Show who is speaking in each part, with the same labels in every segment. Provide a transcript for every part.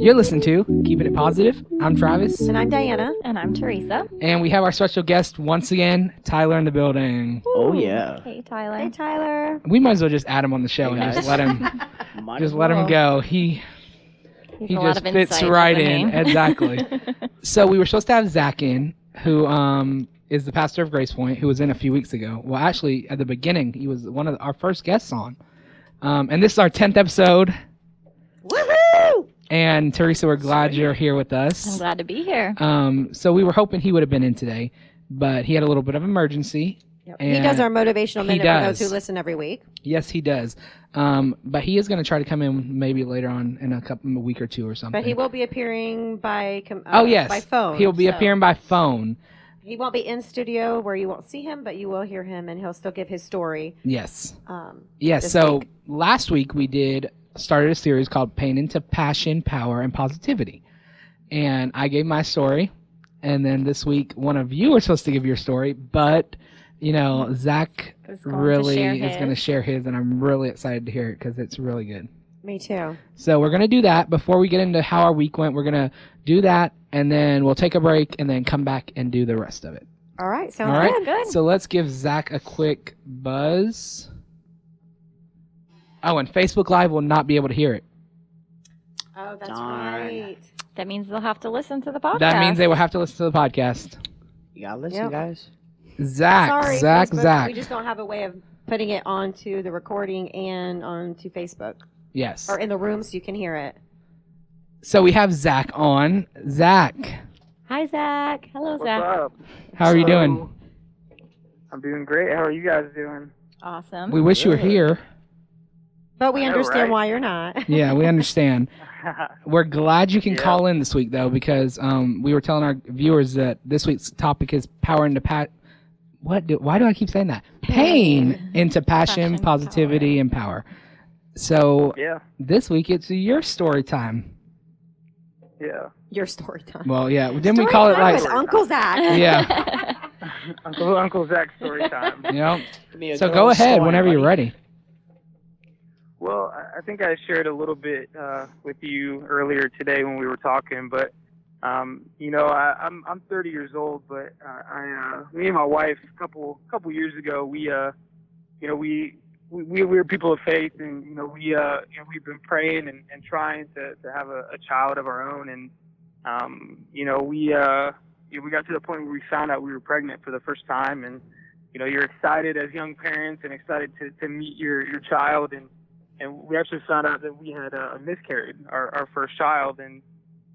Speaker 1: You're listening to Keeping It Positive. I'm Travis,
Speaker 2: And I'm Diana.
Speaker 3: And I'm Teresa.
Speaker 1: and we have our special guest once again, Tyler, in the building.
Speaker 4: Oh,
Speaker 3: Ooh.
Speaker 4: yeah.
Speaker 3: Hey, Tyler.
Speaker 2: Hey, Tyler.
Speaker 1: We might as well just add him on the show
Speaker 4: Hey,
Speaker 1: and just
Speaker 4: guys.
Speaker 1: let him
Speaker 4: Might
Speaker 1: just
Speaker 4: as
Speaker 1: let him
Speaker 4: well.
Speaker 1: go. He
Speaker 3: He's
Speaker 1: He
Speaker 3: a lot
Speaker 1: just
Speaker 3: of
Speaker 1: fits
Speaker 3: insight,
Speaker 1: right
Speaker 3: doesn't
Speaker 1: in.
Speaker 3: he?
Speaker 1: Exactly. so we were supposed to have Zach in, who um is the pastor of Grace Point, who was in a few weeks ago. Well, actually, at the beginning, he was one of our first guests on. Um, and this is our tenth episode.
Speaker 2: Woohoo!
Speaker 1: And Teresa, we're glad you're here with
Speaker 3: I'm
Speaker 1: us.
Speaker 3: glad to be here.
Speaker 1: Um, so we were hoping he would have been in today, but he had a little bit of emergency.
Speaker 2: He does
Speaker 1: And-
Speaker 2: our motivational
Speaker 1: He
Speaker 2: minute for
Speaker 1: does.
Speaker 2: those who listen every week.
Speaker 1: Yes, he does. Um, but he is going to try to come in maybe later on in a couple, a week or two or something.
Speaker 2: But he will be appearing by com- uh,
Speaker 1: Oh yes,
Speaker 2: by phone.
Speaker 1: He'll be
Speaker 2: so
Speaker 1: appearing by phone.
Speaker 2: He won't be in studio where you won't see him, but you will hear him, and he'll still give his story.
Speaker 1: Yes.
Speaker 2: Um,
Speaker 1: Yeah,
Speaker 2: this
Speaker 1: so
Speaker 2: week.
Speaker 1: last week we did started a series called Pain into Passion, Power, and Positivity. And I gave my story. And then this week one of you are supposed to give your story, but you know, Zach
Speaker 3: He's going to
Speaker 1: really
Speaker 3: share
Speaker 1: is
Speaker 3: his.
Speaker 1: gonna share his and I'm really excited to hear it because it's really good.
Speaker 2: Me too.
Speaker 1: So we're gonna do that. Before we get into how our week went, we're gonna do that and then we'll take a break and then come back and do the rest of it.
Speaker 2: All right, sounds
Speaker 1: All right.
Speaker 2: good.
Speaker 3: Good.
Speaker 1: So let's give Zach a quick buzz. Oh, and Facebook Live will not be able to hear it.
Speaker 2: Oh, that's
Speaker 4: Darn.
Speaker 2: right.
Speaker 3: That means they'll have to listen to the
Speaker 2: Oh,
Speaker 3: podcast.
Speaker 1: That means they will have to listen to the podcast.
Speaker 4: You gotta listen,
Speaker 2: Yep.
Speaker 4: guys.
Speaker 1: Zach,
Speaker 2: Sorry,
Speaker 1: Zach,
Speaker 2: Facebook,
Speaker 1: Zach.
Speaker 2: We just don't have a way of putting it onto the recording and onto Facebook
Speaker 1: yes.
Speaker 2: or in the room so you can hear it.
Speaker 1: So we have Zach on. Zach,
Speaker 3: Hi, Zach. Hello,
Speaker 5: What's
Speaker 3: Zach.
Speaker 5: up?
Speaker 1: how are you
Speaker 5: So,
Speaker 1: doing?
Speaker 5: I'm doing great. How are you guys doing?
Speaker 3: Awesome.
Speaker 1: We wish you were
Speaker 4: Good.
Speaker 1: here.
Speaker 2: But we
Speaker 5: I know,
Speaker 2: understand
Speaker 5: right?
Speaker 2: why you're not.
Speaker 1: Yeah, we understand. We're glad you can
Speaker 5: Yeah.
Speaker 1: call in this week though, because um, we were telling our viewers that this week's topic is power into pat. What? Do, why do I keep saying that? Pain,
Speaker 3: Pain.
Speaker 1: into passion,
Speaker 3: Passion,
Speaker 1: positivity, and power. So
Speaker 5: yeah,
Speaker 1: this week it's your story time.
Speaker 5: yeah.
Speaker 2: Your story time.
Speaker 1: Well, yeah. Didn't we
Speaker 2: Story
Speaker 1: call it
Speaker 2: time
Speaker 1: like?
Speaker 2: with Uncle Zach.
Speaker 1: Yeah.
Speaker 5: Uncle Uncle Zach story time.
Speaker 1: You know. So go ahead whenever you're ready.
Speaker 5: Well, I- I think I shared a little bit uh, with you earlier today when we were talking, but um, you know, I, I'm I'm 30 years old, but uh, I uh, me and my wife a couple couple years ago we uh, you know we. We, we we were people of faith, and you know we uh you know, we've been praying and, and trying to, to have a, a child of our own, and um you know we uh you know, we got to the point where we found out we were pregnant for the first time, and you know you're excited as young parents and excited to, to meet your your child, and and we actually found out that we had uh, miscarried our, our first child and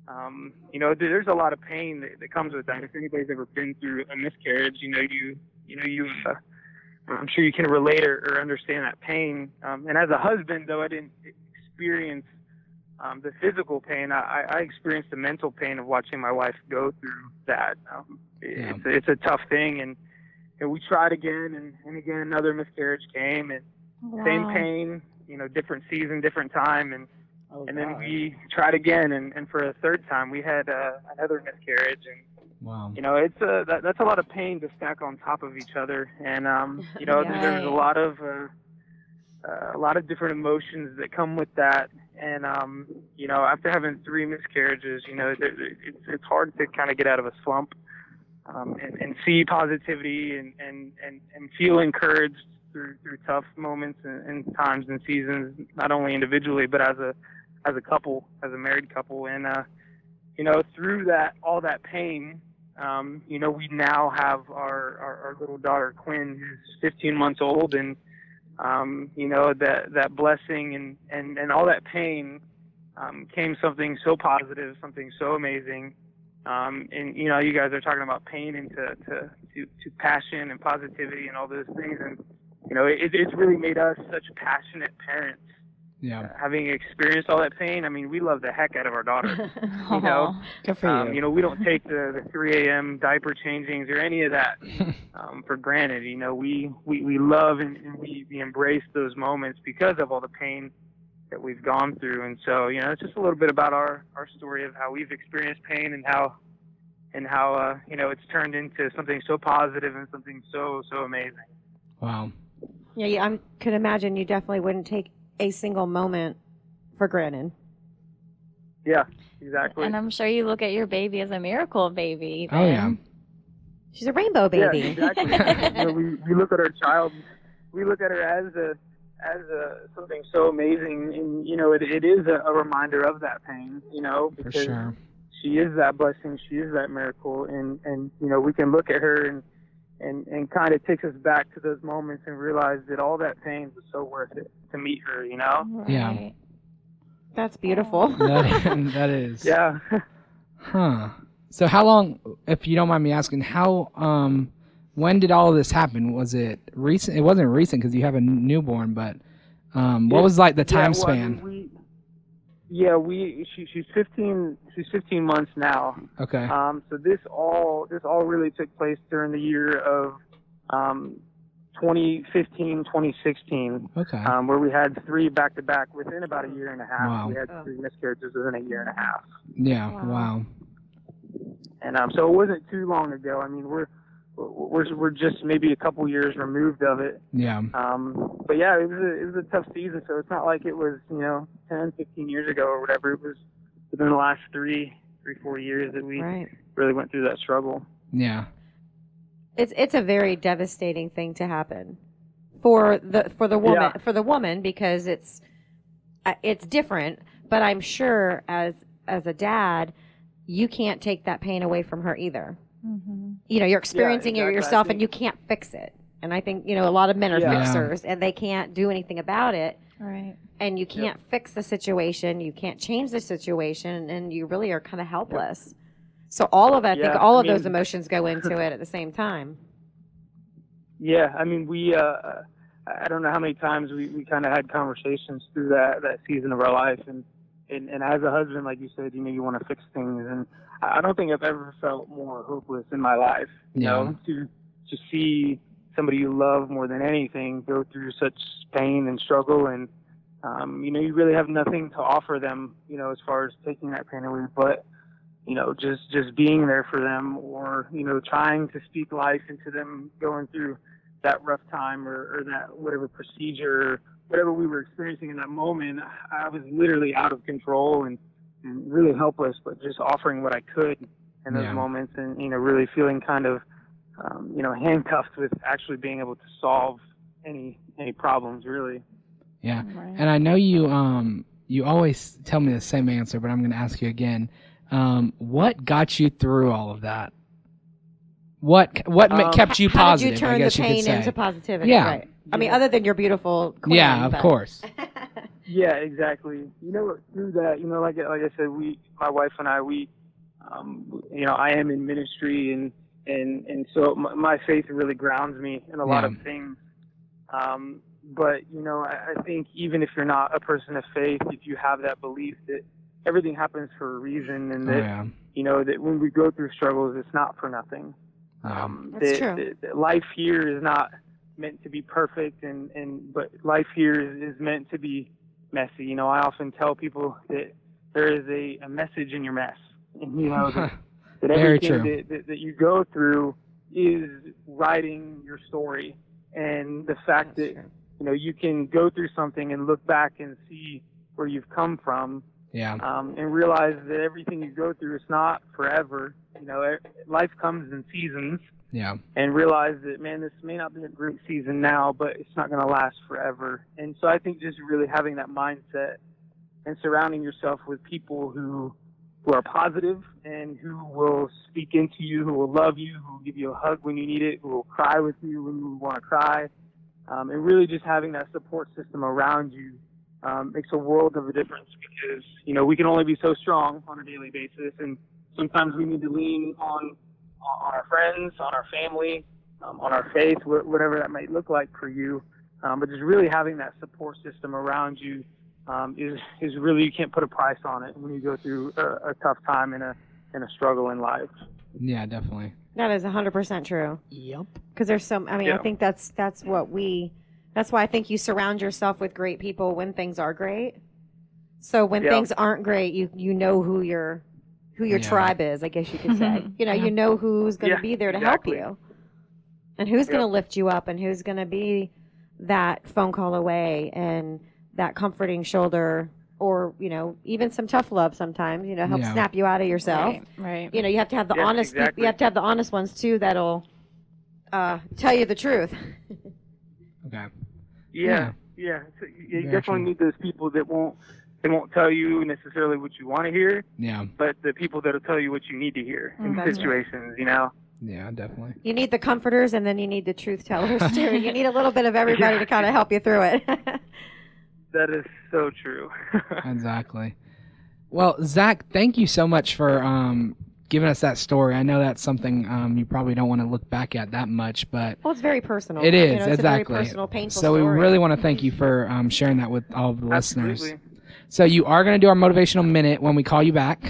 Speaker 5: um, you know there- there's a lot of pain that, that comes with that if anybody's ever been through a miscarriage you know you you know you uh, i'm sure you can relate or, or understand that pain um, and as a husband though i didn't experience um, the physical pain I, I I experienced the mental pain of watching my wife go through that um,
Speaker 1: Yeah.
Speaker 5: it's, it's a tough thing and and we tried again and, and again another miscarriage came and same
Speaker 3: Wow.
Speaker 5: pain, you know, different season, different time, and
Speaker 4: Oh,
Speaker 5: and then
Speaker 4: God.
Speaker 5: we tried again, and and for a third time we had uh, another miscarriage, and
Speaker 1: Wow.
Speaker 5: you know, it's a that, that's a lot of pain to stack on top of each other, and um, you know,
Speaker 3: Yeah.
Speaker 5: there's a lot of uh, uh, a lot of different emotions that come with that, and um, you know, after having three miscarriages, you know, there- there- it's it's hard to kind of get out of a slump. Um, and, and see positivity and, and, and, and feel encouraged through through tough moments and, and times and seasons, not only individually but as a as a couple, as a married couple, and uh, you know through that all that pain, um, you know we now have our, our our little daughter Quinn, who's 15 months old, and um, you know that that blessing and and and all that pain um, came something so positive, something so amazing. Um, and you know, you guys are talking about pain and to, to, to, to passion and positivity and all those things. And, you know, it, it's really made us such passionate parents.
Speaker 1: Yeah.
Speaker 5: Having experienced all that pain, I mean, we love the heck out of our daughter.
Speaker 3: Aw.
Speaker 5: know,
Speaker 4: Good for
Speaker 5: um,
Speaker 4: you.
Speaker 5: you know, we don't take the, the 3 a.m. diaper changings or any of that um, for granted. You know, we, we, we love and, and we, we embrace those moments because of all the pain that we've gone through. And so, you know, it's just a little bit about our, our story of how we've experienced pain and how, and how, uh, you know, it's turned into something so positive and something so, so amazing.
Speaker 1: Wow.
Speaker 2: Yeah, yeah I could imagine you definitely wouldn't take a single moment for granted.
Speaker 5: Yeah, exactly.
Speaker 3: And I'm sure you look at your baby as a miracle baby.
Speaker 1: Oh, yeah.
Speaker 3: then.
Speaker 2: She's a rainbow baby.
Speaker 5: Yeah, exactly. You know, we, we look at our child, we look at her as a as a something so amazing, and you know it, it is a, a reminder of that pain. You know
Speaker 1: for
Speaker 5: because
Speaker 1: sure.
Speaker 5: she is that blessing, she is that miracle, and and you know we can look at her and and and kind of takes us back to those moments and realize that all that pain was so worth it to meet her. You know?
Speaker 1: Yeah.
Speaker 3: Right.
Speaker 2: That's beautiful.
Speaker 1: That, that is.
Speaker 5: Yeah.
Speaker 1: Huh. So how long, if you don't mind me asking, how um, when did all this happen? Was it recent? It wasn't recent because you have a n- newborn, but um, what
Speaker 5: Yeah.
Speaker 1: was like the time
Speaker 5: yeah, well, I mean,
Speaker 1: span?
Speaker 5: we, yeah, we she, she's 15. She's 15 months now.
Speaker 1: Okay.
Speaker 5: Um, so this all this all really took place during the year of um, 2015, 2016,
Speaker 1: Okay.
Speaker 5: um, where we had three back to back within about a year and a half.
Speaker 1: Wow.
Speaker 5: We had three miscarriages within a year and a half,
Speaker 1: Yeah.
Speaker 3: Wow.
Speaker 1: Wow.
Speaker 5: and um, so it wasn't too long ago. I mean, we're we're we're just maybe a couple years removed of it.
Speaker 1: Yeah.
Speaker 5: Um, but yeah, it was a, it was a tough season. So it's not like it was you know 10, 15 years ago or whatever. It was within the last three, three, four years that we
Speaker 2: Right.
Speaker 5: really went through that struggle.
Speaker 1: Yeah.
Speaker 2: It's it's a very devastating thing to happen for the for the woman
Speaker 5: Yeah.
Speaker 2: for the woman because it's uh, it's different. But I'm sure as as a dad, you can't take that pain away from her either.
Speaker 3: Mhm.
Speaker 2: You know, you're experiencing
Speaker 5: exactly. I
Speaker 2: it yourself,
Speaker 5: think-
Speaker 2: and you can't fix it. And I think you know a lot of men are
Speaker 5: Yeah.
Speaker 2: fixers, and they can't do anything about it.
Speaker 3: Right.
Speaker 2: And you can't fix the situation. You can't change the situation, and you really are kind of helpless. So all of I
Speaker 5: Yeah,
Speaker 2: think all
Speaker 5: I
Speaker 2: of those
Speaker 5: mean-
Speaker 2: emotions go into it at the same time.
Speaker 5: Yeah, I mean, we, uh, I don't know how many times we, we kind of had conversations through that, that season of our life. And, and, and as a husband, like you said, you know, you want to fix things. And I I don't think I've ever felt more hopeless in my life, you
Speaker 1: Yeah.
Speaker 5: know, to, to see somebody you love more than anything go through such pain and struggle. And, um, you know, you really have nothing to offer them, you know, as far as taking that pain away, but, you know, just, just being there for them or, you know, trying to speak life into them going through that rough time or, or that whatever procedure, whatever we were experiencing in that moment, I was literally out of control and, and really helpless, but just offering what I could in those
Speaker 1: Yeah.
Speaker 5: moments and, you know, really feeling kind of, um, you know, handcuffed with actually being able to solve any, any problems really.
Speaker 1: Yeah.
Speaker 3: Right.
Speaker 1: And I know you um you always tell me the same answer, but I'm going to ask you again. Um, what got you through all of that? What what ma-
Speaker 5: Um,
Speaker 1: kept you
Speaker 2: H- how
Speaker 1: positive?
Speaker 2: did you
Speaker 1: I
Speaker 2: turn
Speaker 1: guess
Speaker 2: the
Speaker 1: you could
Speaker 2: pain
Speaker 1: say.
Speaker 2: into positivity?
Speaker 1: Yeah.
Speaker 2: Right. I mean, other than your beautiful. Queen,
Speaker 1: yeah, of
Speaker 2: but-
Speaker 1: course.
Speaker 5: Yeah, exactly. You know, through that, you know, like like I said, we, my wife and I, we, um, you know, I am in ministry, and and and so my, my faith really grounds me in a lot
Speaker 1: Yeah.
Speaker 5: of things. Um, but you know, I, I think even if you're not a person of faith, if you have that belief that everything happens for a reason, and
Speaker 1: Oh,
Speaker 5: that
Speaker 1: yeah.
Speaker 5: you know that when we go through struggles, it's not for nothing.
Speaker 1: Yeah.
Speaker 5: Um,
Speaker 2: That's
Speaker 5: that-
Speaker 2: true.
Speaker 5: that- that life here is not meant to be perfect, and, and but life here is, is meant to be messy. You know, I often tell people that there is a, a message in your mess. And, you know, that, that
Speaker 1: Very
Speaker 5: everything
Speaker 1: true.
Speaker 5: That, that, that you go through is writing your story. And the fact that,
Speaker 2: That's true.
Speaker 5: you know, you can go through something and look back and see where you've come from
Speaker 1: yeah.
Speaker 5: um, and realize that everything you go through is not forever. You know, e- life comes in seasons,
Speaker 1: Yeah.
Speaker 5: and realize that man, this may not be a great season now, but it's not going to last forever. And so I think just really having that mindset and surrounding yourself with people who who are positive and who will speak into you, who will love you, who will give you a hug when you need it, who will cry with you when you want to cry, um, and really just having that support system around you um, makes a world of a difference because you know we can only be so strong on a daily basis, and sometimes we need to lean on on our friends, on our family, um, on our faith, wh- whatever that might look like for you. Um, but just really having that support system around you um, is is really you can't put a price on it when you go through a, a tough time and a and a struggle in life.
Speaker 1: Yeah, definitely.
Speaker 2: That is 100% true.
Speaker 1: Yep.
Speaker 2: Because there's some, I mean, I
Speaker 5: Yeah.
Speaker 2: think that's that's what we, that's why I think you surround yourself with great people when things are great. So when
Speaker 5: Yeah.
Speaker 2: things aren't great, you you know who your who your
Speaker 1: Yeah. Mm-hmm. Uh-huh.
Speaker 2: tribe is, I guess you could say. you know,
Speaker 3: Yeah.
Speaker 2: you know who's going to
Speaker 5: Yeah,
Speaker 2: be there to
Speaker 5: exactly.
Speaker 2: help you, and who's going
Speaker 5: Yeah.
Speaker 2: to lift you up, and who's going to be that phone call away, and that comforting shoulder or you know even some tough love sometimes you know help
Speaker 1: Yeah.
Speaker 2: snap you out of yourself
Speaker 3: Right. right.
Speaker 2: you know you have to have the
Speaker 5: Yes,
Speaker 2: honest peop-
Speaker 5: exactly.
Speaker 2: you have to have the honest ones too that'll uh, tell you the truth
Speaker 1: Okay.
Speaker 5: Yeah, yeah. So you you
Speaker 1: Yeah,
Speaker 5: definitely
Speaker 1: true.
Speaker 5: need those people that won't they won't tell you necessarily what you want to hear,
Speaker 1: Yeah.
Speaker 5: but the people that'll tell you what you need to hear
Speaker 3: Mm,
Speaker 5: in
Speaker 3: that's right.
Speaker 5: situations. You know.
Speaker 1: Yeah, definitely.
Speaker 2: you need the comforters and then you need the truth tellers too you need a little bit of everybody to kind of help you through it
Speaker 5: That is so true.
Speaker 1: Exactly. Well, Zach, thank you so much for um, giving us that story. I know that's something um, you probably don't want to look back at that much, but
Speaker 2: well it's very personal
Speaker 1: It
Speaker 2: you
Speaker 1: is,
Speaker 2: know, it's
Speaker 1: exactly.
Speaker 2: a very personal painful
Speaker 1: so we
Speaker 2: story.
Speaker 1: really want to thank you for um, sharing that with all of the listeners.
Speaker 5: Absolutely.
Speaker 1: So you are going to do our motivational minute when we call you back.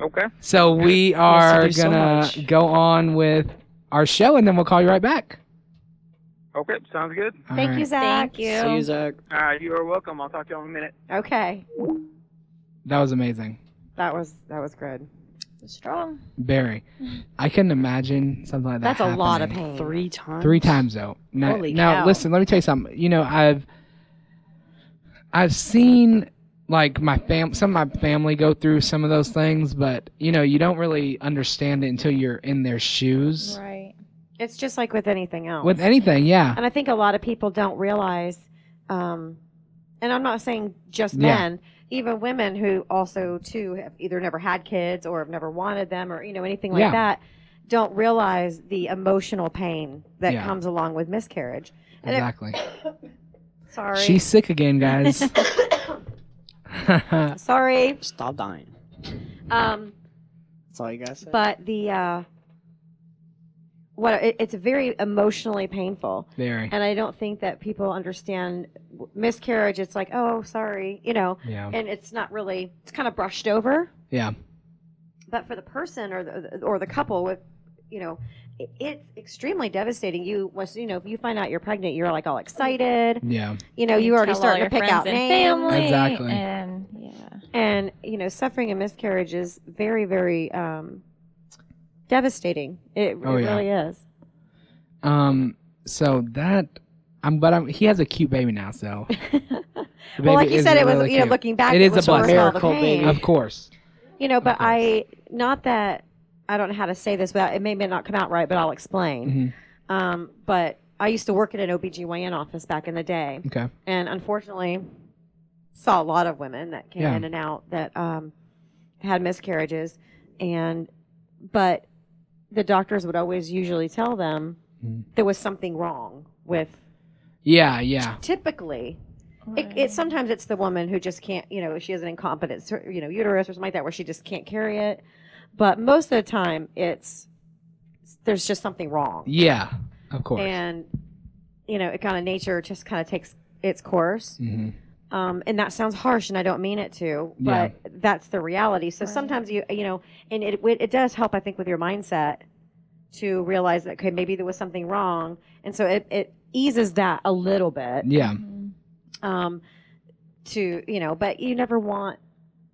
Speaker 5: Okay.
Speaker 1: So we
Speaker 3: have
Speaker 1: are
Speaker 3: to do so
Speaker 1: gonna
Speaker 3: much.
Speaker 1: go on with our show, and then we'll call you right back.
Speaker 5: Okay. Sounds good.
Speaker 1: All
Speaker 2: thank
Speaker 1: right.
Speaker 2: you zach
Speaker 3: Thank you.
Speaker 4: See you, Zach.
Speaker 5: All right. Uh, You are welcome. I'll talk to you in a minute.
Speaker 2: okay
Speaker 1: That was amazing,
Speaker 2: that was that was good
Speaker 3: Strong.
Speaker 1: Barry. I couldn't imagine something like that.
Speaker 2: that's a lot of
Speaker 1: happening.
Speaker 2: pain
Speaker 4: Three times.
Speaker 1: Three times though. Now,
Speaker 4: Holy
Speaker 1: now
Speaker 4: cow.
Speaker 1: listen, let me tell you something. You know, I've I've seen like my fam some of my family go through some of those things, but you know, you don't really understand it until you're in their shoes.
Speaker 3: Right.
Speaker 2: it's just like with anything else
Speaker 1: With anything, yeah.
Speaker 2: And I think a lot of people don't realize, um, and I'm not saying just
Speaker 1: Yeah.
Speaker 2: men, even women who also too have either never had kids or have never wanted them or you know anything like
Speaker 1: Yeah.
Speaker 2: that, don't realize the emotional pain that
Speaker 1: Yeah.
Speaker 2: comes along with miscarriage. And it-
Speaker 1: Exactly.
Speaker 2: sorry,
Speaker 1: She's sick again, guys.
Speaker 2: sorry.
Speaker 4: Stop dying.
Speaker 2: Um,
Speaker 4: That's all you guys said.
Speaker 2: but the uh, what it, it's very emotionally painful.
Speaker 1: Barry.
Speaker 2: And I don't think that people understand w- miscarriage. It's like, oh, sorry, you know,
Speaker 1: Yeah.
Speaker 2: and it's not really it's kind of brushed over
Speaker 1: Yeah.
Speaker 2: but for the person or the or the couple with you know i- it's extremely devastating you was you know if you find out you're pregnant you're like all excited
Speaker 1: Yeah.
Speaker 2: you know you already
Speaker 3: tell all
Speaker 2: starting
Speaker 3: your
Speaker 2: to pick
Speaker 3: friends
Speaker 2: out
Speaker 3: and
Speaker 2: names
Speaker 3: family.
Speaker 1: Exactly.
Speaker 3: And yeah.
Speaker 2: and you know suffering a miscarriage is very very um devastating it,
Speaker 1: Oh,
Speaker 2: it
Speaker 1: yeah.
Speaker 2: really is
Speaker 1: Um so that I'm but I'm he has a cute baby now, so the
Speaker 2: well like
Speaker 1: baby
Speaker 2: you
Speaker 1: is
Speaker 2: said it was
Speaker 1: really
Speaker 2: you know
Speaker 1: cute.
Speaker 2: looking back
Speaker 1: It is
Speaker 2: it
Speaker 1: a
Speaker 2: was worth
Speaker 1: blessing.
Speaker 2: all the
Speaker 4: Miracle
Speaker 2: pain.
Speaker 4: baby.
Speaker 1: Of course.
Speaker 2: you know but
Speaker 1: course.
Speaker 2: i not that i don't know how to say this without it may, may not come out right but i'll explain
Speaker 1: hmm
Speaker 2: Um, but I used to work at an OBGYN office back in the day.
Speaker 1: Okay.
Speaker 2: And unfortunately, saw a lot of women that came
Speaker 1: Yeah.
Speaker 2: in and out that um, had miscarriages. And, but the doctors would always usually tell them
Speaker 1: Mm.
Speaker 2: there was something wrong with
Speaker 1: Yeah, yeah.
Speaker 2: typically. It, it sometimes it's the woman who just can't, you know, she has an incompetent, cer- you know, uterus or something like that where she just can't carry it. But most of the time, it's there's just something wrong.
Speaker 1: Yeah, of course.
Speaker 2: and you know it kind of nature just kind of takes its course
Speaker 1: hmm
Speaker 2: um, and that sounds harsh and i don't mean it to
Speaker 1: Yeah.
Speaker 2: but that's the reality so
Speaker 3: Right.
Speaker 2: sometimes you you know and it, it does help i think with your mindset to realize that okay maybe there was something wrong and so it, it eases that a little bit
Speaker 1: Yeah,
Speaker 3: Mhm.
Speaker 2: um, to you know but you never want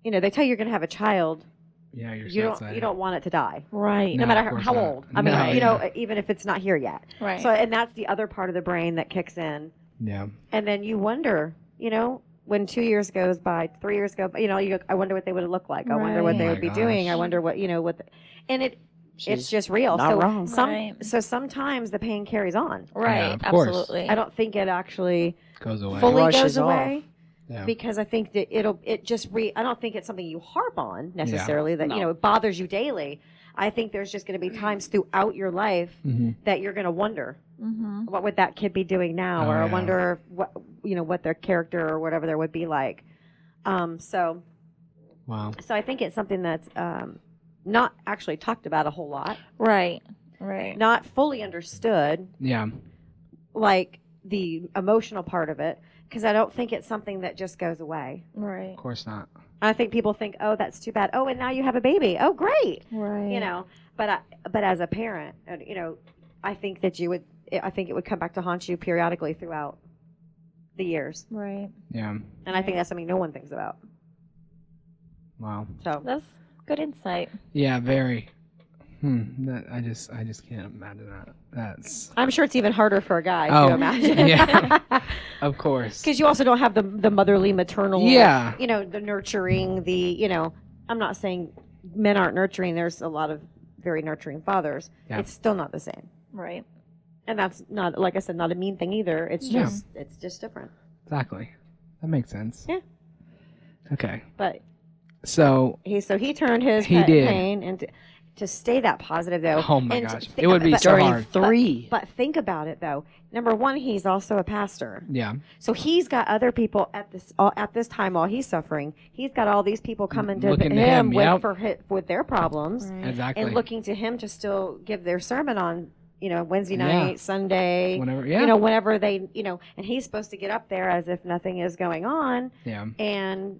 Speaker 2: you know they tell you you're going to have a child
Speaker 1: yeah. You're
Speaker 2: you
Speaker 1: so
Speaker 2: don't
Speaker 1: excited.
Speaker 2: you don't want it to die
Speaker 3: Right.
Speaker 1: No,
Speaker 2: no,
Speaker 1: of
Speaker 2: matter
Speaker 1: course
Speaker 2: how
Speaker 1: not.
Speaker 2: old i mean
Speaker 1: No,
Speaker 2: you
Speaker 1: yeah.
Speaker 2: know even if it's not here yet
Speaker 3: Right.
Speaker 2: so and that's the other part of the brain that kicks in
Speaker 1: yeah,
Speaker 2: and then you wonder, you know, when two years goes by, three years go, by, you know, you go, I wonder what they would have looked like. I wonder what
Speaker 3: Right.
Speaker 2: they
Speaker 1: Oh
Speaker 2: would
Speaker 1: my
Speaker 2: be doing. I
Speaker 1: gosh.
Speaker 2: wonder what you know what, the, and it it's
Speaker 4: She's
Speaker 2: just real.
Speaker 4: not
Speaker 2: So
Speaker 4: wrong.
Speaker 2: some
Speaker 3: Right.
Speaker 2: so sometimes the pain carries on.
Speaker 3: right.
Speaker 1: Yeah, of course.
Speaker 3: Absolutely.
Speaker 2: I don't think it actually
Speaker 1: goes away.
Speaker 2: fully
Speaker 4: Brushes
Speaker 2: goes
Speaker 4: off.
Speaker 2: away
Speaker 1: yeah.
Speaker 2: because I think that it'll it just re I don't think it's something you harp on necessarily that you
Speaker 4: No.
Speaker 2: know it bothers you daily. I think there's just going to be times throughout your life
Speaker 1: hmm
Speaker 2: that you're going to wonder
Speaker 3: Mm-hmm.
Speaker 2: what would that kid be doing now
Speaker 1: Oh,
Speaker 2: or i
Speaker 1: yeah.
Speaker 2: wonder what you know what their character or whatever there would be like um, so
Speaker 1: Wow.
Speaker 2: so i think it's something that's um, not actually talked about a whole lot
Speaker 3: Right. Right.
Speaker 2: not fully understood
Speaker 1: Yeah.
Speaker 2: like the emotional part of it because i don't think it's something that just goes away
Speaker 3: Right.
Speaker 1: Of course not.
Speaker 2: i think people think oh that's too bad oh and now you have a baby oh great
Speaker 3: Right.
Speaker 2: you know but I, but as a parent and, you know i think that you would eh, i think it would come back to haunt you periodically throughout the years
Speaker 3: Right.
Speaker 1: Yeah.
Speaker 2: And I think that's something no one thinks about.
Speaker 1: Wow.
Speaker 2: So
Speaker 3: That's good insight.
Speaker 1: Yeah. Very. Hmm. That, I just I just can't imagine that. That's
Speaker 2: I'm sure it's even harder for a guy
Speaker 1: Oh,
Speaker 2: to imagine.
Speaker 1: yeah. of course.
Speaker 2: Because you also don't have the the motherly, maternal.
Speaker 1: Yeah.
Speaker 2: You know, the nurturing, the you know. I'm not saying men aren't nurturing. There's a lot of very nurturing fathers.
Speaker 1: Yeah.
Speaker 2: It's still not the same,
Speaker 3: Right.
Speaker 2: and that's not like I said, not a mean thing either. It's
Speaker 1: Yeah.
Speaker 2: just it's just different.
Speaker 1: Exactly. That makes sense.
Speaker 2: Yeah.
Speaker 1: Okay.
Speaker 2: But
Speaker 1: So
Speaker 2: he so he turned his
Speaker 1: He
Speaker 2: pet
Speaker 1: did.
Speaker 2: pain and. To stay that positive though.
Speaker 1: Oh my
Speaker 2: and
Speaker 1: gosh.
Speaker 2: thi-
Speaker 1: It would be
Speaker 2: but-
Speaker 1: so hard.
Speaker 4: Three.
Speaker 2: But think about it though. Number one, he's also a pastor.
Speaker 1: Yeah.
Speaker 2: So he's got other people at this all, at this time while he's suffering. He's got all these people coming to
Speaker 1: Mm, Looking
Speaker 2: him,
Speaker 1: to him,
Speaker 2: with,
Speaker 1: yep.
Speaker 2: for hi with their problems
Speaker 1: Exactly.
Speaker 2: and looking to him to still give their sermon on you know Wednesday
Speaker 1: Yeah.
Speaker 2: night, Sunday,
Speaker 1: Whenever. Yeah.
Speaker 2: you know whenever they you know, and he's supposed to get up there as if nothing is going on,
Speaker 1: yeah.
Speaker 2: and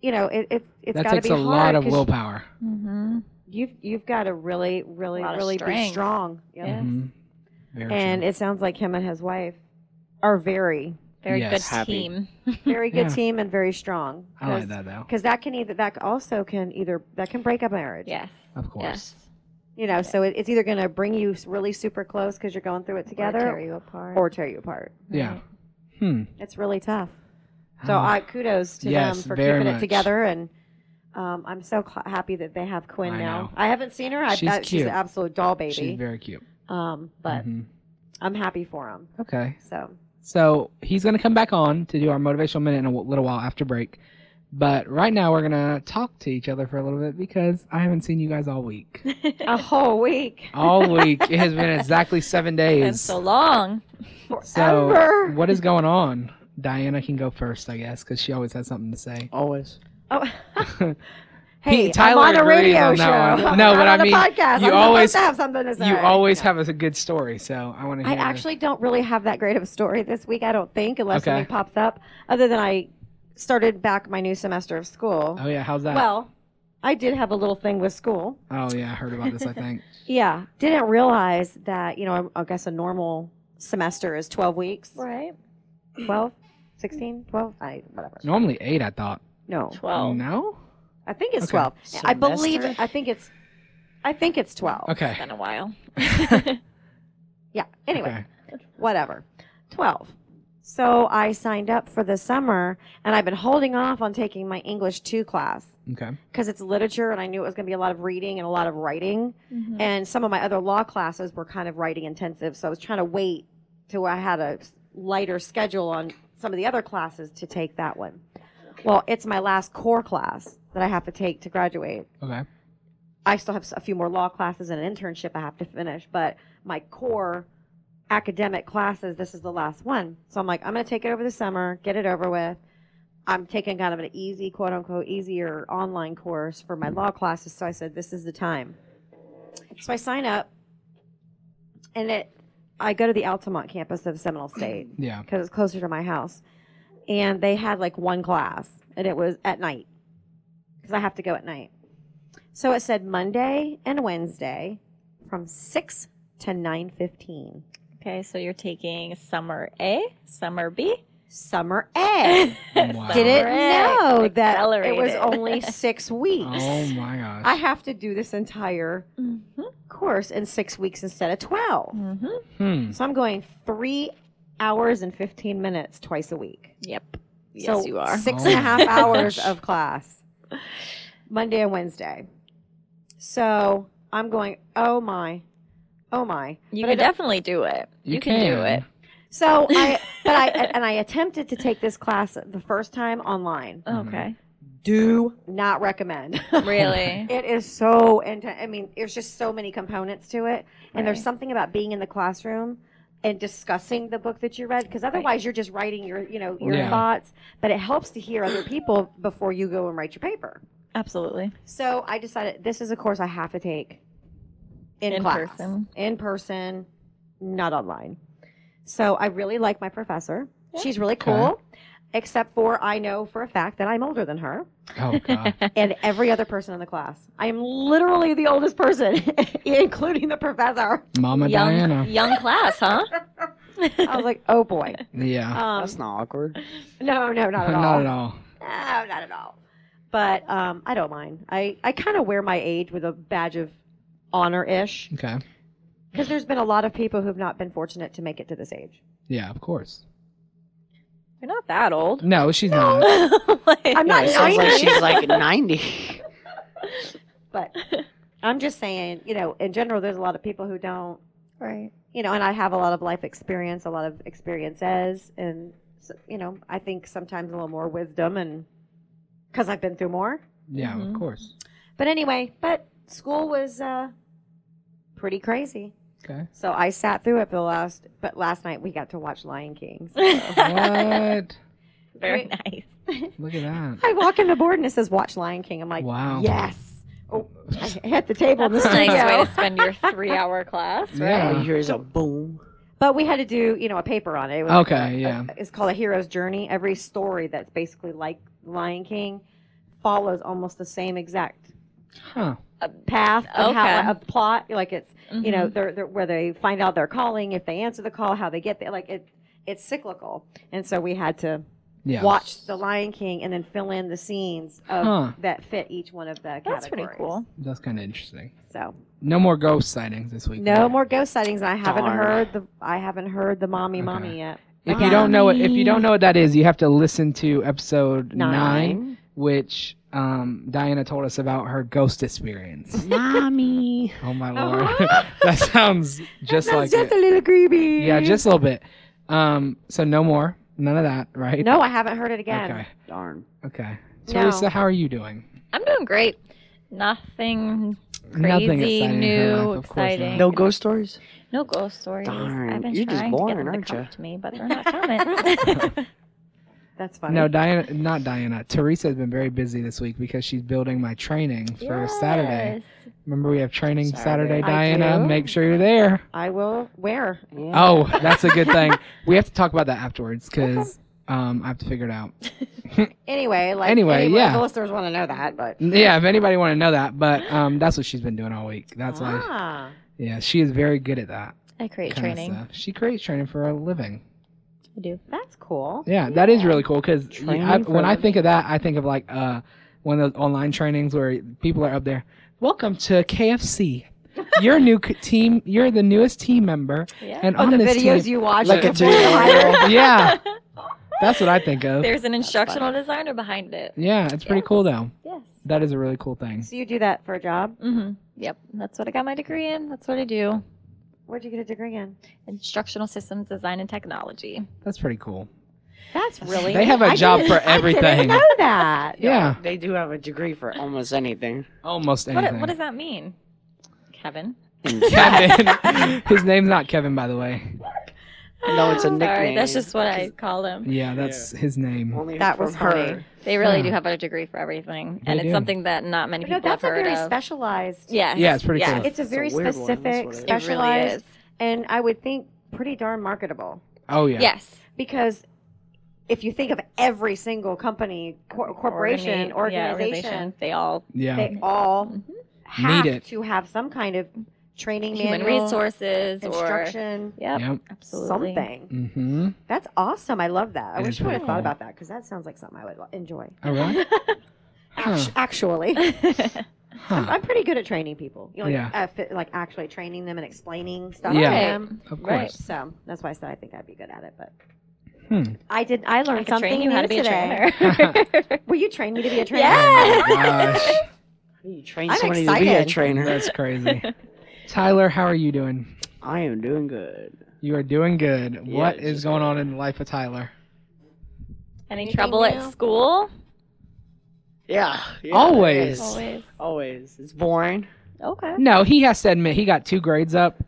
Speaker 2: you know it, it it's
Speaker 1: That
Speaker 2: got to
Speaker 1: takes
Speaker 2: be
Speaker 1: a lot
Speaker 2: hard
Speaker 1: of
Speaker 2: 'cause
Speaker 1: willpower.
Speaker 3: Mm-hmm.
Speaker 2: You've you've got to really really
Speaker 3: lot of
Speaker 2: really be
Speaker 3: strength.
Speaker 2: strong. Yep.
Speaker 3: Yeah.
Speaker 1: Mhm. Very
Speaker 2: And
Speaker 1: true.
Speaker 2: it sounds like him and his wife are very
Speaker 3: Very
Speaker 1: Yes.
Speaker 3: good
Speaker 4: Happy.
Speaker 3: team.
Speaker 2: very good
Speaker 1: Yeah.
Speaker 2: team and very strong.
Speaker 1: I like
Speaker 2: 'Cause-
Speaker 1: that though.
Speaker 2: because that can either that also can either that can break a marriage.
Speaker 3: Yes.
Speaker 1: Of course.
Speaker 3: Yes.
Speaker 2: You know, so it, it's either going to bring you s- really super close because you're going through it together,
Speaker 3: Or tear you apart.
Speaker 2: apart.
Speaker 1: Yeah. Hmm.
Speaker 2: It's really tough. So
Speaker 1: Ah,
Speaker 2: I kudos to
Speaker 1: Yes,
Speaker 2: them for
Speaker 1: very
Speaker 2: keeping it
Speaker 1: much.
Speaker 2: together, and um, I'm so cl- happy that they have Quinn
Speaker 1: I
Speaker 2: now.
Speaker 1: know.
Speaker 2: I haven't seen her. I,
Speaker 1: She's
Speaker 2: I, she's
Speaker 1: cute.
Speaker 2: an absolute doll baby.
Speaker 1: she's very cute.
Speaker 2: um, but
Speaker 1: Mhm.
Speaker 2: I'm happy for him.
Speaker 1: Okay.
Speaker 2: So
Speaker 1: So he's going to come back on to do our motivational minute in a little while after break. But right now we're going to talk to each other for a little bit because I haven't seen you guys all week.
Speaker 3: Oh,
Speaker 2: a whole week.
Speaker 1: all week. It has been exactly seven days.
Speaker 3: It's so long.
Speaker 1: So,
Speaker 2: Forever.
Speaker 1: what is going on? Diana can go first, I guess, because she always has something to say.
Speaker 4: Always.
Speaker 2: Oh,
Speaker 1: He-
Speaker 2: hey,
Speaker 1: Tyler
Speaker 2: I'm on a
Speaker 1: agrees
Speaker 2: radio
Speaker 1: on
Speaker 2: show.
Speaker 1: that one.
Speaker 2: I'm
Speaker 1: No,
Speaker 2: not
Speaker 1: but I
Speaker 2: on a
Speaker 1: mean,
Speaker 2: podcast.
Speaker 1: you
Speaker 2: I'm
Speaker 1: always-
Speaker 2: supposed to have something to say.
Speaker 1: You always
Speaker 2: No.
Speaker 1: have a good story, so I want to
Speaker 2: I
Speaker 1: hear.
Speaker 2: actually don't really have that great of a story this week. I don't think, unless
Speaker 1: Okay.
Speaker 2: something pops up. Other than I started back my new semester of school.
Speaker 1: Oh yeah, how's that?
Speaker 2: Well, I did have a little thing with school.
Speaker 1: oh yeah, I heard about this. I think.
Speaker 2: Yeah, didn't realize that. You know, I, I guess a normal semester is 12 weeks.
Speaker 3: Right.
Speaker 2: 12, 16, 12. I whatever.
Speaker 1: Normally eight, I thought.
Speaker 2: No,
Speaker 3: Twelve.
Speaker 1: No.
Speaker 2: I think it's
Speaker 1: Okay.
Speaker 2: 12. I believe.
Speaker 4: Semester?
Speaker 2: I think it's. I think it's 12.
Speaker 3: It's
Speaker 1: Okay. Mm-hmm.
Speaker 3: been a while.
Speaker 2: Yeah. Anyway.
Speaker 1: Okay.
Speaker 2: whatever. 12. So I signed up for the summer and I've been holding off on taking my English 2 class
Speaker 1: Okay.
Speaker 2: because it's literature and I knew it was going to be a lot of reading and a lot of writing.
Speaker 3: Mhm.
Speaker 2: And some of my other law classes were kind of writing intensive. So I was trying to wait till I had a s- lighter schedule on some of the other classes to take that one. Well, it's my last core class that I have to take to graduate.
Speaker 1: Okay.
Speaker 2: I still have s- a few more law classes and an internship I have to finish, but my core academic classes, this is the last one. So I'm like, I'm going to take it over the summer, get it over with. I'm taking kind of an easy, quote unquote, easier online course for my law classes. So I said, this is the time. So I sign up, and it, I go to the Altamont campus of Seminole State
Speaker 1: Yeah.
Speaker 2: because it's closer to my house. And they had like one class, and it was at night because I have to go at night. So it said Monday and Wednesday from six to nine fifteen.
Speaker 3: Okay, so you're taking summer A, summer B.
Speaker 2: Summer A.
Speaker 1: Wow.
Speaker 2: Didn't
Speaker 3: Summer A.
Speaker 2: know that it was
Speaker 3: Accelerated.
Speaker 2: only six weeks.
Speaker 1: Oh my gosh.
Speaker 2: I have to do this entire mm-hmm.
Speaker 3: Mhm.
Speaker 2: course in six weeks instead of twelve.
Speaker 3: Mhm.
Speaker 1: hmm.
Speaker 2: So I'm going three hours and fifteen minutes twice a week.
Speaker 3: Yep. Yes,
Speaker 2: so
Speaker 3: you are.
Speaker 2: Six
Speaker 1: Oh
Speaker 2: and a half
Speaker 1: my
Speaker 2: hours
Speaker 1: gosh.
Speaker 2: of class, Monday and Wednesday. So I'm going, oh my, oh my.
Speaker 3: You
Speaker 2: But I
Speaker 3: can
Speaker 2: don't-
Speaker 3: definitely do it. You, can. do it.
Speaker 2: So I, but I, and I attempted to take this class the first time online.
Speaker 1: Mhm.
Speaker 3: Okay.
Speaker 2: Do not recommend.
Speaker 3: Really?
Speaker 2: It is so intense. I mean, there's just so many components to it, and there's
Speaker 3: Right.
Speaker 2: something about being in the classroom and discussing the book that you read because otherwise you're just writing your, you know, your
Speaker 1: Yeah.
Speaker 2: thoughts. But it helps to hear other people before you go and write your paper.
Speaker 3: Absolutely.
Speaker 2: So I decided this is a course I have to take in,
Speaker 3: In
Speaker 2: class,
Speaker 3: person.
Speaker 2: in person, not online. So I really like my professor.
Speaker 3: Yeah.
Speaker 2: She's really
Speaker 1: Okay.
Speaker 2: cool, except for I know for a fact that I'm older than her
Speaker 1: Oh god.
Speaker 2: and every other person in the class. I am literally the oldest person, including the professor.
Speaker 1: Mama
Speaker 3: young,
Speaker 1: Diana.
Speaker 3: young class, huh?
Speaker 2: I was like, oh boy.
Speaker 1: Yeah.
Speaker 2: Um,
Speaker 4: That's not awkward.
Speaker 2: no, no, not at all.
Speaker 1: Not at all.
Speaker 2: No, not at all. But um, I don't mind. I, I kind of wear my age with a badge of honor ish
Speaker 1: Okay.
Speaker 2: because there's been a lot of people who've not been fortunate to make it to this age.
Speaker 1: Yeah, of course.
Speaker 3: You're not that old.
Speaker 1: No, she's not.
Speaker 3: Like-
Speaker 2: I'm not
Speaker 4: it sounds like
Speaker 2: 90.
Speaker 4: she's like 90.
Speaker 2: But I'm just saying, you know, in general, there's a lot of people who don't,
Speaker 3: right.
Speaker 2: you know, and I have a lot of life experience, a lot of experiences, and so, you know, I think sometimes a little more wisdom, and because I've been through more.
Speaker 1: Yeah,
Speaker 3: Mhm.
Speaker 1: of course.
Speaker 2: But anyway, but school was uh, pretty crazy.
Speaker 1: Okay.
Speaker 2: So I sat through it for the last, but last night we got to watch Lion King. So
Speaker 1: What?
Speaker 3: Very nice.
Speaker 1: Look at that.
Speaker 2: I walk in the board and it says watch Lion King. I'm like,
Speaker 1: Wow.
Speaker 2: yes. Oh, I hit the table in the
Speaker 3: That's a nice
Speaker 2: studio.
Speaker 3: way to spend your three-hour class,
Speaker 1: Yeah.
Speaker 3: right?
Speaker 4: All you hear is a boom.
Speaker 2: But we had to do, you know, a paper on it. It was
Speaker 1: Okay,
Speaker 2: like a-
Speaker 1: yeah.
Speaker 2: a- it's called a hero's journey. Every story that's basically like Lion King follows almost the same exact
Speaker 1: Huh.
Speaker 2: path of
Speaker 3: Okay.
Speaker 2: how a plot. Like it's, you know,
Speaker 3: Mhm.
Speaker 2: they're, they're, where they find out their calling, if they answer the call, how they get there. Like it, it's cyclical. And so we had to
Speaker 1: Yeah.
Speaker 2: watch The uh, Lion King and then fill in the scenes of
Speaker 1: Huh.
Speaker 2: that fit each one of the
Speaker 3: that's pretty
Speaker 2: categories.
Speaker 3: cool.
Speaker 1: That's kind of interesting.
Speaker 2: So
Speaker 1: No more ghost sightings this week.
Speaker 2: no more ghost sightings. I haven't
Speaker 4: Darn.
Speaker 2: heard the I haven't heard the mommy
Speaker 1: Okay.
Speaker 2: mommy yet.
Speaker 1: If you don't know what if you don't know what that is, you have to listen to episode nine, Hmm? which um, Diana told us about her ghost experience.
Speaker 4: Mommy.
Speaker 1: oh my lord,
Speaker 2: Uh-huh.
Speaker 1: that sounds just
Speaker 2: That's
Speaker 1: like
Speaker 2: just
Speaker 1: it.
Speaker 2: a little creepy.
Speaker 1: yeah, just a little bit. Um, so no more, none of that, right?
Speaker 2: no, I haven't heard it again.
Speaker 1: Okay.
Speaker 4: Darn.
Speaker 1: Okay.
Speaker 2: No.
Speaker 1: Teresa, how are you doing?
Speaker 3: I'm doing great. Nothing
Speaker 1: Nothing
Speaker 3: Crazy,
Speaker 1: exciting in her
Speaker 3: new,
Speaker 1: life, of course
Speaker 3: exciting.
Speaker 1: not.
Speaker 4: No ghost stories?
Speaker 3: No ghost stories.
Speaker 4: Darn,
Speaker 3: I've been
Speaker 4: you're just
Speaker 3: trying
Speaker 4: boring,
Speaker 3: to get them
Speaker 4: aren't
Speaker 3: to come
Speaker 4: ya?
Speaker 3: up to me, but they're not coming.
Speaker 2: That's funny.
Speaker 1: No, Diana, not Diana. Teresa has been very busy this week because she's building my training for Saturday.
Speaker 3: Yes.
Speaker 1: Remember, we have training Saturday,
Speaker 4: Saturday.
Speaker 2: I
Speaker 1: Diana.
Speaker 2: do.
Speaker 1: Make sure you're there.
Speaker 2: I will wear.
Speaker 1: Oh, that's a good thing. we have to talk about that afterwards because um, I have to figure it out.
Speaker 2: Anyway, like
Speaker 1: Anyway,
Speaker 2: anyway,
Speaker 1: yeah.
Speaker 2: The listeners want to know that, but
Speaker 1: Yeah, if anybody want to know that, but um, that's what she's been doing all week. That's why.
Speaker 2: ah,
Speaker 1: Yeah, she is very good at that.
Speaker 3: I create
Speaker 1: kinda
Speaker 3: training.
Speaker 1: stuff. She creates training for a living.
Speaker 3: I do.
Speaker 2: that's cool.
Speaker 1: Yeah, that is really cool because
Speaker 4: Training for
Speaker 1: when
Speaker 4: a
Speaker 1: I think of that, I think of like uh, one of those online trainings where people are up there. Welcome to KFC. You're a new c- team. You're the newest team member,
Speaker 3: Yeah.
Speaker 1: and
Speaker 2: Oh,
Speaker 1: on
Speaker 2: the
Speaker 1: this
Speaker 2: videos
Speaker 1: team,
Speaker 2: you watch,
Speaker 4: Like a
Speaker 2: the video.
Speaker 4: tutorial.
Speaker 1: yeah, that's what I think of.
Speaker 3: There's an instructional
Speaker 4: fun.
Speaker 3: designer behind it.
Speaker 1: Yeah, it's pretty
Speaker 3: Yes.
Speaker 1: cool though.
Speaker 3: Yes.
Speaker 1: That is a really cool thing.
Speaker 2: So you do that for a job?
Speaker 3: Mm-hmm. Yep. That's what I got my degree in. That's what I do.
Speaker 2: Where'd you get a degree in?
Speaker 3: Instructional systems design and technology.
Speaker 1: That's pretty cool.
Speaker 2: That's really.
Speaker 1: They have a
Speaker 2: I
Speaker 1: job
Speaker 2: didn't-
Speaker 1: for
Speaker 2: I didn't
Speaker 1: everything.
Speaker 2: know that.
Speaker 1: Yeah,
Speaker 4: They do have a degree for almost anything.
Speaker 1: almost
Speaker 3: What,
Speaker 1: anything.
Speaker 3: what does that mean? Kevin.
Speaker 1: Kevin. His name's not Kevin, by the way.
Speaker 4: No, it's a nickname.
Speaker 3: Sorry, that's just what I call them.
Speaker 1: Yeah, that's his name.
Speaker 4: Only
Speaker 2: That
Speaker 4: from
Speaker 2: was
Speaker 4: her.
Speaker 2: funny.
Speaker 3: They really
Speaker 1: Yeah.
Speaker 3: do have a degree for everything,
Speaker 1: They
Speaker 3: and it's
Speaker 1: do.
Speaker 3: something that not many
Speaker 2: But
Speaker 3: people
Speaker 2: no, that's a
Speaker 3: have heard
Speaker 2: very
Speaker 3: of.
Speaker 2: specialized.
Speaker 3: Yes.
Speaker 1: Yeah, it's pretty
Speaker 3: yes.
Speaker 1: cool.
Speaker 2: It's a
Speaker 4: It's a
Speaker 2: very
Speaker 4: weird one, that's what
Speaker 2: specific,
Speaker 4: it is.
Speaker 3: It really
Speaker 2: specialized,
Speaker 3: is.
Speaker 2: and I would think pretty darn marketable.
Speaker 1: Oh yeah.
Speaker 3: Yes.
Speaker 2: because if you think of every single company, cor- corporation,
Speaker 3: Organi- yeah,
Speaker 2: organization,
Speaker 3: They all
Speaker 1: Yeah.
Speaker 2: they all
Speaker 3: Mhm.
Speaker 2: have
Speaker 1: Need it.
Speaker 2: to have some kind of training
Speaker 3: human
Speaker 2: manual,
Speaker 3: resources or
Speaker 2: instruction,
Speaker 3: yep,
Speaker 1: Yep.
Speaker 3: absolutely.
Speaker 2: something.
Speaker 1: Mm-hmm.
Speaker 2: That's awesome. I love that. I
Speaker 1: It
Speaker 2: wish
Speaker 1: is
Speaker 2: I would have
Speaker 1: really
Speaker 2: thought
Speaker 1: cool.
Speaker 2: about that because that sounds like something I would lo- enjoy.
Speaker 1: All right.
Speaker 2: Actu- Actually,
Speaker 1: Huh.
Speaker 2: I'm pretty good at training people. You know, like,
Speaker 1: Yeah.
Speaker 2: uh, fi- like actually training them and explaining stuff
Speaker 1: Yeah.
Speaker 2: to
Speaker 3: Right.
Speaker 2: them.
Speaker 1: Of
Speaker 3: Right.
Speaker 1: course.
Speaker 2: So that's why I said I think I'd be good at it. But
Speaker 1: Hmm.
Speaker 2: I did. I learned
Speaker 3: I could
Speaker 2: something
Speaker 3: train you how to be
Speaker 2: new today.
Speaker 3: a trainer.
Speaker 2: Will you train me to be a trainer?
Speaker 1: Oh
Speaker 3: yeah.
Speaker 1: my gosh,
Speaker 4: You train
Speaker 2: I'm
Speaker 4: somebody to be a
Speaker 2: excited.
Speaker 4: trainer.
Speaker 1: that's crazy. Tyler, how are you doing?
Speaker 4: I am doing good.
Speaker 1: You are doing good. what
Speaker 4: it's
Speaker 1: is
Speaker 4: just
Speaker 1: going
Speaker 4: good.
Speaker 1: on in the life of Tyler?
Speaker 3: Any
Speaker 2: Anything
Speaker 3: trouble
Speaker 2: new?
Speaker 3: at school?
Speaker 4: Yeah. yeah,
Speaker 1: Always.
Speaker 4: it is.
Speaker 3: Always.
Speaker 4: Always. It's boring.
Speaker 3: Okay.
Speaker 1: No, he has to admit he got two grades up.
Speaker 4: too.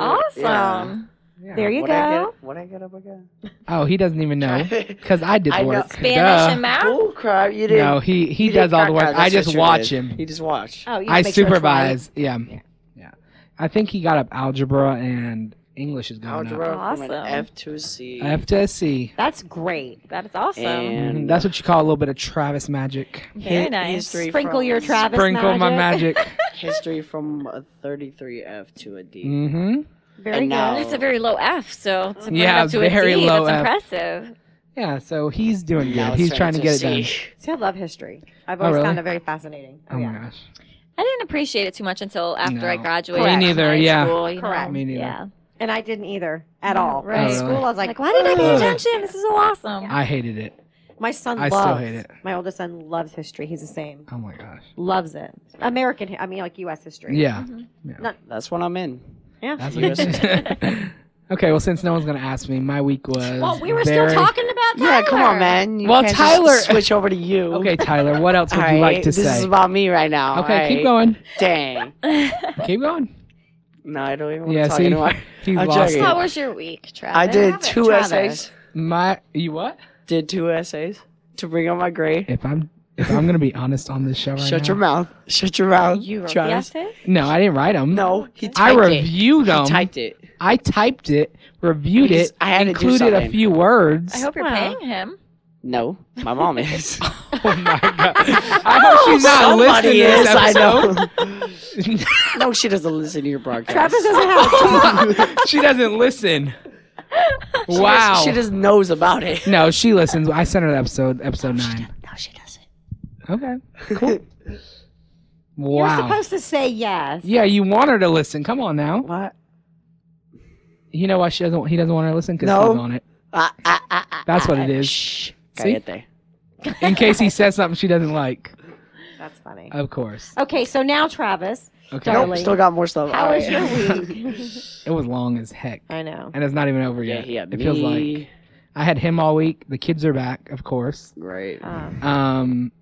Speaker 4: Yeah.
Speaker 3: Awesome.
Speaker 1: Yeah.
Speaker 2: There you
Speaker 4: What'd I
Speaker 2: go.
Speaker 4: get- what'd I get up again?
Speaker 1: Oh, he doesn't even know because I did the
Speaker 4: I know.
Speaker 1: work.
Speaker 3: Spanish
Speaker 1: Duh.
Speaker 3: and math.
Speaker 4: Bull crap. You didn't.
Speaker 1: No, he he
Speaker 4: you
Speaker 1: does
Speaker 4: didn't
Speaker 1: all the
Speaker 4: crack
Speaker 1: work.
Speaker 4: out,
Speaker 1: I
Speaker 4: that's
Speaker 1: just
Speaker 4: what you
Speaker 1: watch
Speaker 4: did.
Speaker 1: him.
Speaker 4: You just watch.
Speaker 2: Oh, you
Speaker 1: I
Speaker 2: make sure it's right.
Speaker 1: supervise. yeah. yeah. I think he got up algebra and English is going up.
Speaker 4: Algebra from
Speaker 3: Awesome.
Speaker 4: an F to a C.
Speaker 1: F to C.
Speaker 2: That's great.
Speaker 3: That is awesome.
Speaker 1: Mhm,
Speaker 4: And
Speaker 1: That's what you call a little bit of Travis magic.
Speaker 3: Very
Speaker 4: hi-
Speaker 3: nice.
Speaker 4: History
Speaker 2: Sprinkle
Speaker 4: from,
Speaker 2: your Travis
Speaker 1: Sprinkle
Speaker 2: magic.
Speaker 1: my magic.
Speaker 4: History from a 33F to a D.
Speaker 1: mm-hmm.
Speaker 2: Very
Speaker 4: And now-
Speaker 2: good.
Speaker 3: That's a very low F, so to bring it
Speaker 1: Yeah,
Speaker 3: up to
Speaker 1: very
Speaker 3: a D,
Speaker 1: low F.
Speaker 3: that's impressive.
Speaker 1: Yeah, so he's doing
Speaker 4: Now
Speaker 1: good.
Speaker 4: it's
Speaker 1: He's
Speaker 4: turned
Speaker 1: trying to
Speaker 4: into
Speaker 1: get it
Speaker 4: a
Speaker 1: done.
Speaker 4: C.
Speaker 2: See, I love history. I've
Speaker 1: Oh,
Speaker 2: always
Speaker 1: really?
Speaker 2: found it very fascinating.
Speaker 1: Oh
Speaker 2: yeah.
Speaker 1: my gosh.
Speaker 6: I didn't appreciate it too much until after I
Speaker 1: No.
Speaker 6: graduated.
Speaker 2: Me
Speaker 6: from
Speaker 1: neither,
Speaker 6: high
Speaker 1: yeah.
Speaker 6: School, you know?
Speaker 2: Correct.
Speaker 1: Me neither.
Speaker 6: Yeah.
Speaker 2: And I didn't either at
Speaker 6: Yeah,
Speaker 2: all.
Speaker 6: right.
Speaker 2: In
Speaker 1: Oh,
Speaker 2: school,
Speaker 1: really?
Speaker 2: I was like,
Speaker 6: Like, why didn't I pay
Speaker 1: Ugh.
Speaker 6: attention? This is awesome.
Speaker 1: I hated it.
Speaker 2: My son
Speaker 1: I
Speaker 2: loves.
Speaker 1: still hate it.
Speaker 2: My oldest son loves history. He's the same.
Speaker 1: Oh my gosh.
Speaker 2: Loves it. American. hi- I mean, like U.S. history.
Speaker 1: Yeah.
Speaker 3: Mm-hmm.
Speaker 6: Mhm.
Speaker 4: That's what I'm in.
Speaker 2: Yeah.
Speaker 1: That's
Speaker 4: US
Speaker 1: okay. Well, since no one's gonna ask me, my week was.
Speaker 6: Well, we were
Speaker 1: very-
Speaker 6: still talking about Tyler.
Speaker 4: Yeah, come on, man. You
Speaker 1: Well,
Speaker 4: can't just
Speaker 1: Tyler-
Speaker 4: switch over to you.
Speaker 1: Okay, Tyler. What else would
Speaker 4: All
Speaker 1: you like
Speaker 4: right,
Speaker 1: to
Speaker 4: this
Speaker 1: say?
Speaker 4: is about me right now.
Speaker 1: okay,
Speaker 4: all
Speaker 1: keep
Speaker 4: right?
Speaker 1: going.
Speaker 4: Dang.
Speaker 1: Keep going.
Speaker 4: No, I don't even want
Speaker 1: Yeah,
Speaker 4: to talk
Speaker 1: see?
Speaker 4: anymore.
Speaker 1: He's
Speaker 4: I'm
Speaker 1: lost.
Speaker 4: joking.
Speaker 1: it.
Speaker 6: How was your week, Travis?
Speaker 4: I did
Speaker 6: Have it,
Speaker 4: two
Speaker 6: Travis.
Speaker 4: essays.
Speaker 1: My you what?
Speaker 4: Did two essays to bring up my grade.
Speaker 1: If I'm if I'm gonna be honest on this show right
Speaker 4: Shut
Speaker 1: now.
Speaker 4: your mouth. Shut your mouth.
Speaker 3: You wrote the
Speaker 4: Travis.
Speaker 3: essay?
Speaker 1: No, I didn't write them.
Speaker 4: No, he
Speaker 1: I
Speaker 4: typed it.
Speaker 1: reviewed
Speaker 4: He
Speaker 1: them.
Speaker 4: typed it.
Speaker 1: I typed it, reviewed
Speaker 4: Because
Speaker 1: it,
Speaker 4: I had to do
Speaker 1: included a
Speaker 4: something.
Speaker 1: few words.
Speaker 6: I hope you're
Speaker 2: Wow.
Speaker 6: paying him.
Speaker 4: No, my mom is.
Speaker 1: oh my god! I hope she's not
Speaker 4: Somebody
Speaker 1: listening
Speaker 4: is.
Speaker 1: to this
Speaker 4: I
Speaker 1: episode.
Speaker 4: know. no, she doesn't listen to your broadcast.
Speaker 2: Travis doesn't have a
Speaker 1: she doesn't listen.
Speaker 4: She
Speaker 1: wow.
Speaker 4: Just, she just knows about it.
Speaker 1: no, she listens. I sent her the episode, episode nine.
Speaker 4: No, she doesn't.
Speaker 1: Okay. Cool.
Speaker 2: You're
Speaker 1: Wow.
Speaker 2: supposed to say yes.
Speaker 1: Yeah, you want her to listen. Come on now.
Speaker 4: What?
Speaker 1: You know why she doesn't? He doesn't want her to listen because
Speaker 4: No.
Speaker 1: he's on it.
Speaker 4: Ah, ah, ah, ah,
Speaker 1: That's what
Speaker 4: ah,
Speaker 1: it is.
Speaker 4: Shh.
Speaker 1: See?
Speaker 4: Got it there.
Speaker 1: In case he says something she doesn't like.
Speaker 2: That's funny.
Speaker 1: Of course.
Speaker 2: Okay, so now Travis,
Speaker 1: Okay.
Speaker 2: Darling.
Speaker 4: Nope, still got more stuff.
Speaker 2: how
Speaker 4: All
Speaker 2: was your
Speaker 4: right.
Speaker 2: week?
Speaker 1: It was long as heck,
Speaker 2: I know.
Speaker 1: and it's not even over
Speaker 4: yeah,
Speaker 1: yet.
Speaker 4: he had
Speaker 1: it
Speaker 4: me.
Speaker 1: feels like I had him all week. The kids are back, of course.
Speaker 4: Right.
Speaker 2: Uh,
Speaker 1: Um,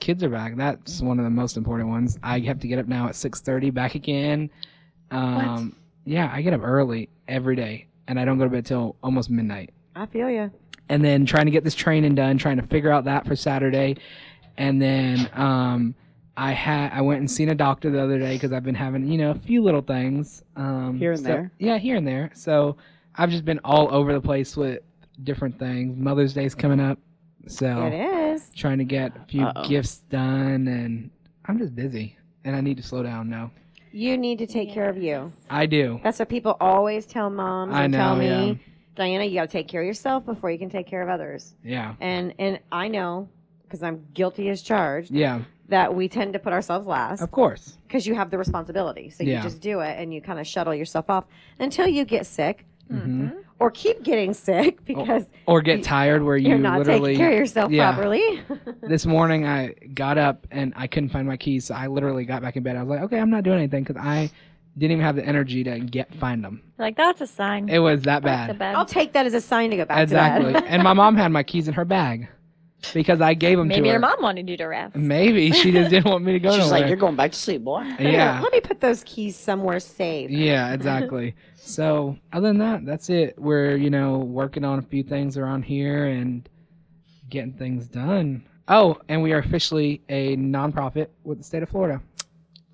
Speaker 1: kids are back. That's one of the most important ones. I have to get up now at six thirty. Back again. Um, Yeah, I get up early every day, and I don't go to bed till almost midnight.
Speaker 2: I feel you.
Speaker 1: and then trying to get this training done, trying to figure out that for Saturday, and then um, I had I went and seen a doctor the other day because I've been having you know a few little things um,
Speaker 4: Here and
Speaker 1: so-
Speaker 4: there.
Speaker 1: Yeah, here and there. So I've just been all over the place with different things. Mother's Day's coming up, so
Speaker 2: It is.
Speaker 1: trying to get a few
Speaker 4: Uh-oh.
Speaker 1: gifts done, and I'm just busy, and I need to slow down now.
Speaker 2: You need to take care of you.
Speaker 1: I do.
Speaker 2: That's what people always tell moms
Speaker 1: I
Speaker 2: and tell
Speaker 1: know,
Speaker 2: me.
Speaker 1: yeah.
Speaker 2: Diana, you got to take care of yourself before you can take care of others.
Speaker 1: Yeah,
Speaker 2: And and I know because I'm guilty as charged
Speaker 1: yeah,
Speaker 2: that we tend to put ourselves last
Speaker 1: of course.
Speaker 2: because you have the responsibility. So
Speaker 1: Yeah.
Speaker 2: you just do it and you kind of shuttle yourself off until you get sick
Speaker 1: hmm
Speaker 3: Mm-hmm.
Speaker 2: or keep getting sick because
Speaker 1: Or get tired where Oh, you
Speaker 2: you're not
Speaker 1: literally
Speaker 2: taking care of yourself
Speaker 1: yeah.
Speaker 2: properly.
Speaker 1: this morning I got up and I couldn't find my keys, so I literally got back in bed. I was like, okay, I'm not doing anything because I didn't even have the energy to get find them.
Speaker 3: Like, that's a sign.
Speaker 1: It was that
Speaker 3: Back to
Speaker 1: bad.
Speaker 3: bed.
Speaker 2: I'll take that as a sign to go back
Speaker 1: Exactly.
Speaker 2: to bed.
Speaker 1: and my mom had my keys in her bag because I gave them
Speaker 3: Maybe
Speaker 1: to her.
Speaker 3: your mom wanted you to rest.
Speaker 1: Maybe she just didn't want me to go
Speaker 4: She's like, you're
Speaker 1: nowhere.
Speaker 4: going back to sleep, boy.
Speaker 1: yeah.
Speaker 2: Let me put those keys somewhere safe.
Speaker 1: Yeah, exactly. So other than that, that's it. We're you know working on a few things around here and getting things done. Oh, and we are officially a nonprofit with the state of Florida.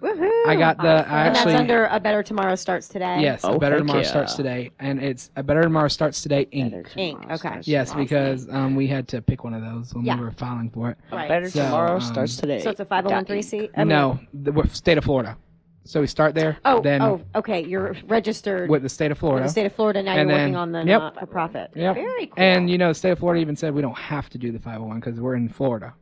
Speaker 2: Woohoo!
Speaker 1: I got the. I
Speaker 2: and
Speaker 1: actually
Speaker 2: that's under a better tomorrow starts today.
Speaker 1: Yes,
Speaker 4: Oh,
Speaker 1: a better
Speaker 4: heck
Speaker 1: tomorrow
Speaker 4: yeah.
Speaker 1: starts today, and it's a better tomorrow starts today. Inc.
Speaker 4: Better
Speaker 2: Ink,
Speaker 4: tomorrow
Speaker 2: okay.
Speaker 4: starts
Speaker 1: Yes,
Speaker 4: tomorrow.
Speaker 1: because um, we had to pick one of those when
Speaker 2: Yeah.
Speaker 1: we were filing for it.
Speaker 4: A
Speaker 2: Right.
Speaker 4: Better
Speaker 1: So,
Speaker 4: tomorrow
Speaker 1: um,
Speaker 4: starts today.
Speaker 2: So it's a 501c. I mean-
Speaker 1: no, the, with state of Florida. So we start there.
Speaker 2: Oh,
Speaker 1: then
Speaker 2: oh, okay. You're registered
Speaker 1: with the state of
Speaker 2: in
Speaker 1: Florida.
Speaker 2: the state of Florida. Now
Speaker 1: And
Speaker 2: you're
Speaker 1: then-
Speaker 2: working on the
Speaker 1: yep.
Speaker 2: not-for-profit.
Speaker 1: Yep.
Speaker 2: Very cool.
Speaker 1: and you know, the state of Florida even said we don't have to do the 501 because we're in Florida.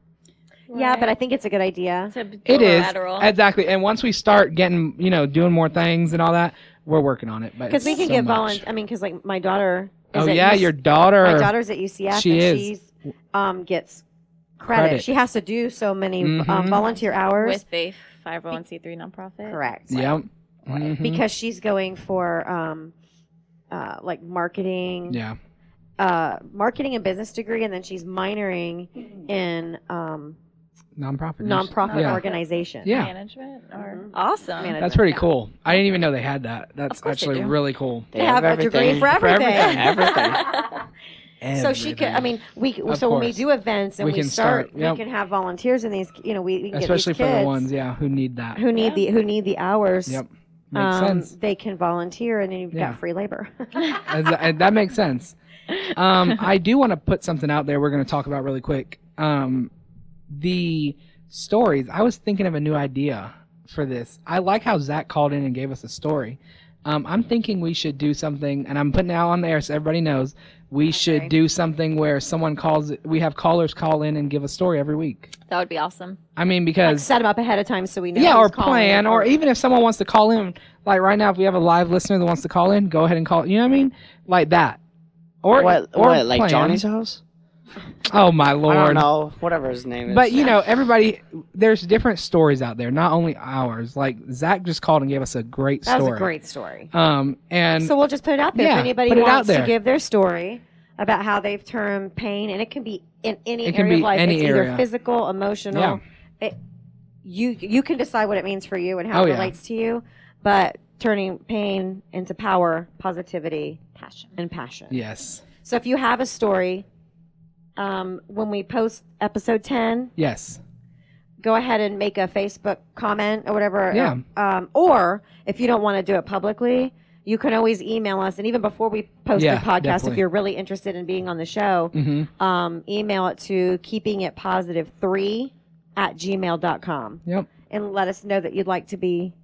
Speaker 2: yeah, but I think it's a good idea.
Speaker 1: It is
Speaker 6: Collateral.
Speaker 1: exactly. And once we start getting, you know, doing more things and all that, we're working on it. But
Speaker 2: Because we
Speaker 1: it's
Speaker 2: can
Speaker 1: so
Speaker 2: get
Speaker 1: much.
Speaker 2: volunteer. I mean, because like my daughter. Is
Speaker 1: Oh
Speaker 2: at
Speaker 1: yeah,
Speaker 2: UC
Speaker 1: your daughter.
Speaker 2: My daughter's at UCF.
Speaker 1: She
Speaker 2: and
Speaker 1: is.
Speaker 2: She's, um, gets credit.
Speaker 1: Credit.
Speaker 2: She has to do so many
Speaker 1: Mhm.
Speaker 2: um, volunteer hours.
Speaker 6: With the
Speaker 3: 501c3 nonprofit.
Speaker 2: Correct.
Speaker 1: Yep. Mhm.
Speaker 2: Because she's going for um, uh, like marketing.
Speaker 1: Yeah.
Speaker 2: uh, marketing and business degree, and then she's minoring in um,
Speaker 1: Nonprofit.
Speaker 2: nonprofit
Speaker 1: Yeah.
Speaker 2: organization.
Speaker 1: Yeah. Mm-hmm.
Speaker 3: Management or
Speaker 2: Mhm.
Speaker 3: awesome.
Speaker 2: Management.
Speaker 1: That's pretty cool. I didn't even know they had that. That's
Speaker 3: course they
Speaker 1: actually
Speaker 3: do.
Speaker 1: really cool.
Speaker 2: They have, a degree for everything.
Speaker 1: everything.
Speaker 2: so she could. I mean, we. c-
Speaker 1: Of
Speaker 2: so when we
Speaker 1: course.
Speaker 2: do events and
Speaker 1: We
Speaker 2: we,
Speaker 1: can
Speaker 2: start,
Speaker 1: start, yep.
Speaker 2: we can have volunteers in these. You know, we, we can
Speaker 1: especially
Speaker 2: get these
Speaker 1: for
Speaker 2: kids
Speaker 1: the ones, yeah, who need that.
Speaker 2: who need
Speaker 3: Yeah.
Speaker 2: the who need the hours.
Speaker 1: Yep, makes
Speaker 2: um,
Speaker 1: sense.
Speaker 2: They can volunteer, and then you've
Speaker 1: Yeah.
Speaker 2: got free labor.
Speaker 1: As- uh, that makes sense. Um, I do want to put something out there. We're going to talk about really quick. Um, the stories. I was thinking of a new idea for this. I like how Zach called in and gave us a story. Um, I'm thinking we should do something, and I'm putting it out on the air so everybody knows. We
Speaker 6: Okay.
Speaker 1: should do something where someone calls. We have callers call in and give a story every week.
Speaker 6: That would be awesome.
Speaker 1: I mean,
Speaker 2: Like,
Speaker 1: because
Speaker 2: set them up ahead of time so we know.
Speaker 1: yeah,
Speaker 2: who's
Speaker 1: or
Speaker 2: calling
Speaker 1: plan, or even if someone wants to call in, like right now, if we have a live listener that wants to call in, go ahead and call. You know what I mean? Like that. Or
Speaker 4: what?
Speaker 1: or
Speaker 4: what? Like
Speaker 1: plan.
Speaker 4: Johnny's house?
Speaker 1: Oh my
Speaker 4: I
Speaker 1: lord!
Speaker 4: don't know. Whatever his name is.
Speaker 1: But you know, everybody, there's different stories out there, not only ours. Like Zach just called and gave us a great
Speaker 2: That
Speaker 1: story.
Speaker 2: was a great story.
Speaker 1: Um, and
Speaker 2: so we'll just put it out there.
Speaker 1: Yeah,
Speaker 2: if anybody
Speaker 1: put it out
Speaker 2: wants to
Speaker 1: there.
Speaker 2: give their story about how they've turned pain, and it can be in any
Speaker 1: It can
Speaker 2: area of
Speaker 1: be
Speaker 2: life.
Speaker 1: any
Speaker 2: it's
Speaker 1: area.
Speaker 2: either physical, emotional.
Speaker 1: Yeah.
Speaker 2: It, you you can decide what it means for you and how
Speaker 1: Oh,
Speaker 2: it
Speaker 1: yeah.
Speaker 2: relates to you, but turning pain into power, positivity, passion, and passion.
Speaker 1: yes,
Speaker 2: So if you have a story, um, when we post episode ten,
Speaker 1: yes,
Speaker 2: go ahead and make a Facebook comment or whatever.
Speaker 1: Yeah.
Speaker 2: Um, or if you don't want to do it publicly, you can always email us. And even before we post
Speaker 1: Yeah,
Speaker 2: the podcast,
Speaker 1: definitely.
Speaker 2: if you're really interested in being on the show,
Speaker 1: hmm
Speaker 2: um, email it to keeping it positive three at gmail.com.
Speaker 1: Yep.
Speaker 2: And let us know that you'd like to be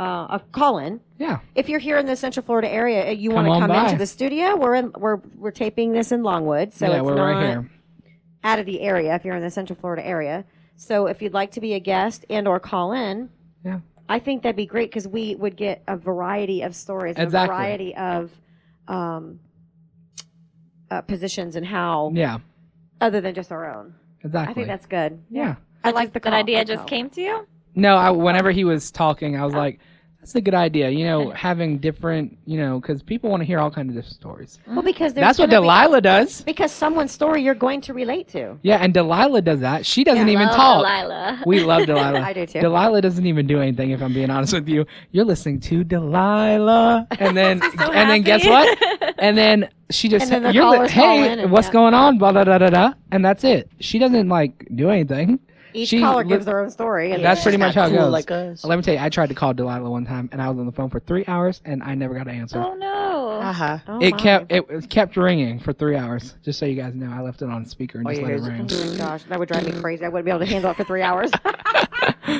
Speaker 2: uh, a call in.
Speaker 1: yeah,
Speaker 2: If you're here in the Central Florida area, and you
Speaker 1: Come
Speaker 2: want to
Speaker 1: on
Speaker 2: come
Speaker 1: by.
Speaker 2: into the studio. We're in, we're we're taping this in Longwood, so
Speaker 1: yeah.
Speaker 2: it's
Speaker 1: We're
Speaker 2: not
Speaker 1: right here.
Speaker 2: out of the area if you're in the central florida area so if you'd like to be a guest and or call in
Speaker 1: Yeah.
Speaker 2: i think that'd be great because we would get a variety of stories and
Speaker 1: Exactly.
Speaker 2: a variety of um, uh, positions and how
Speaker 1: Yeah,
Speaker 2: other than just our own
Speaker 1: exactly.
Speaker 2: i think that's good
Speaker 1: yeah.
Speaker 2: i like the
Speaker 3: That
Speaker 2: call-
Speaker 3: idea
Speaker 2: the
Speaker 3: just
Speaker 2: call.
Speaker 3: came to you?
Speaker 1: No, I, whenever he was talking, I was like, "That's a good idea." You know, having different, you know, because people want to hear all kinds of different stories.
Speaker 2: well because there's
Speaker 1: that's what
Speaker 2: gonna be-
Speaker 1: Delilah does.
Speaker 2: because someone's story you're going to relate to
Speaker 1: Yeah, and Delilah does that. She doesn't
Speaker 2: Yeah,
Speaker 1: even
Speaker 6: Love
Speaker 1: talk.
Speaker 6: Delilah.
Speaker 1: We love Delilah.
Speaker 2: i do too
Speaker 1: Delilah doesn't even do anything. If I'm being honest with you, you're listening to Delilah, and then
Speaker 3: I'm so
Speaker 1: and then guess
Speaker 3: happy.
Speaker 1: what? And then she just
Speaker 2: And then the
Speaker 1: you're
Speaker 2: callers call in
Speaker 1: hey,
Speaker 2: and
Speaker 1: what's
Speaker 2: yeah.
Speaker 1: going on? Blah, blah, blah, blah, blah, and that's it. She doesn't like do anything.
Speaker 2: each
Speaker 1: she
Speaker 2: caller
Speaker 1: li-
Speaker 2: gives their own story and
Speaker 1: That's
Speaker 4: She's
Speaker 1: pretty
Speaker 4: not
Speaker 1: much how it
Speaker 4: cool
Speaker 1: goes.
Speaker 4: Like us.
Speaker 1: Let me tell you, I tried to call Delilah one time, and I was on the phone for three hours, and I never got an answer.
Speaker 6: oh no.
Speaker 4: Haha.
Speaker 2: Oh,
Speaker 1: it
Speaker 2: my.
Speaker 1: kept it, it kept ringing for three hours. Just so you guys know, I left it on speaker and
Speaker 4: Oh,
Speaker 1: just
Speaker 4: you
Speaker 1: let it
Speaker 4: hear
Speaker 1: ring.
Speaker 4: it?
Speaker 2: Oh my gosh that would drive me crazy i wouldn't be able to handle it for three hours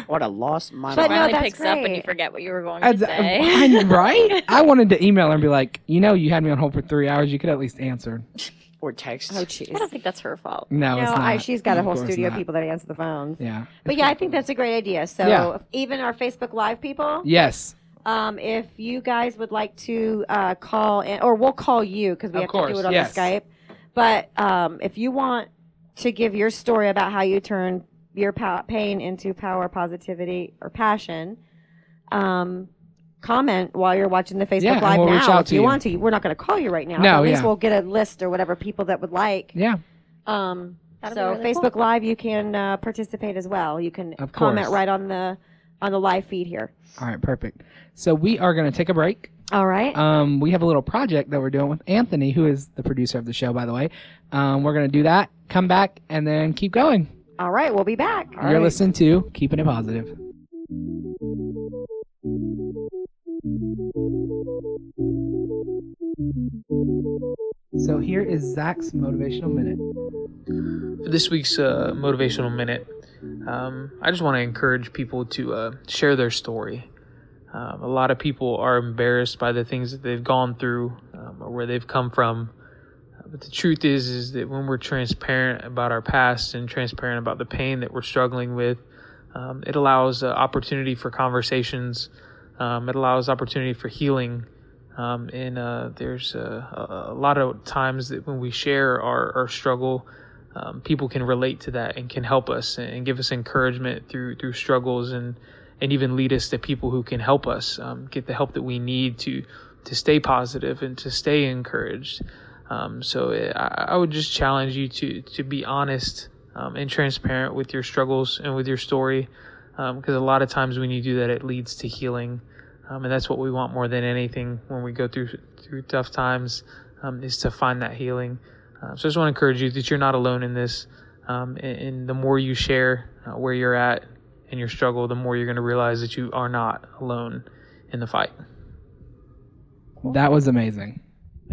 Speaker 4: What a lost my
Speaker 2: But no,
Speaker 4: mind.
Speaker 6: Finally
Speaker 2: that's
Speaker 6: picks up and you
Speaker 2: great.
Speaker 6: forget what you were going
Speaker 1: I-
Speaker 6: to say.
Speaker 1: uh, I- right? I wanted to email her and be like, you know, you had me on hold for three hours. You could at least answer.
Speaker 4: or text.
Speaker 2: oh jeez
Speaker 6: I don't think that's her fault.
Speaker 1: No,
Speaker 2: no,
Speaker 1: it's not.
Speaker 2: I, she's got a
Speaker 1: Of
Speaker 2: whole
Speaker 1: course
Speaker 2: studio of
Speaker 1: not.
Speaker 2: people that answer the phones.
Speaker 1: Yeah.
Speaker 2: But yeah, I think that's a great idea. So
Speaker 1: Yeah.
Speaker 2: if- even our Facebook Live people,
Speaker 1: Yes.
Speaker 2: um, if you guys would like to uh, call, in, or we'll call you because we
Speaker 1: Of
Speaker 2: have to
Speaker 1: course,
Speaker 2: do it on
Speaker 1: yes.
Speaker 2: the Skype. But um, if you want to give your story about how you turned your pow- pain into power, positivity, or passion, um, comment while you're watching the Facebook
Speaker 1: Yeah, and
Speaker 2: Live
Speaker 1: we'll
Speaker 2: now
Speaker 1: reach out
Speaker 2: if
Speaker 1: to
Speaker 2: you
Speaker 1: you.
Speaker 2: want to. We're not going to call you right now.
Speaker 1: No,
Speaker 2: but at least
Speaker 1: yeah.
Speaker 2: we'll get a list or whatever people that would like.
Speaker 1: Yeah.
Speaker 2: Um,
Speaker 6: That'd
Speaker 2: so
Speaker 6: be really cool.
Speaker 2: Facebook Live, you can uh, participate as well. You can
Speaker 1: Of
Speaker 2: comment
Speaker 1: course.
Speaker 2: right on the on the live feed here.
Speaker 1: All right. Perfect. So we are going to take a break.
Speaker 2: All right.
Speaker 1: Um, we have a little project that we're doing with Anthony, who is the producer of the show, by the way. Um, we're going to do that, come back, and then keep going.
Speaker 2: All right. We'll be back.
Speaker 1: You're listening to Keeping It Positive. So here is Zach's motivational minute.
Speaker 7: For this week's uh, motivational minute, um, I just want to encourage people to uh, share their story. Um, a lot of people are embarrassed by the things that they've gone through um, or where they've come from. Uh, But the truth is, is that when we're transparent about our past and transparent about the pain that we're struggling with, um, it allows uh, opportunity for conversations. Um, it allows opportunity for healing. Um, and uh, there's uh, a, a lot of times that when we share our, our struggle, um, people can relate to that and can help us and give us encouragement through through struggles and and even lead us to people who can help us um, get the help that we need to to stay positive and to stay encouraged. Um, so it, I, I would just challenge you to to be honest um, and transparent with your struggles and with your story, because a lot of times when you do that, it leads to healing, um, and that's what we want more than anything when we go through through tough times, um, is to find that healing. Uh, so I just want to encourage you that you're not alone in this. Um, and, and the more you share uh, where you're at and your struggle, the more you're going to realize that you are not alone in the fight.
Speaker 1: That was amazing.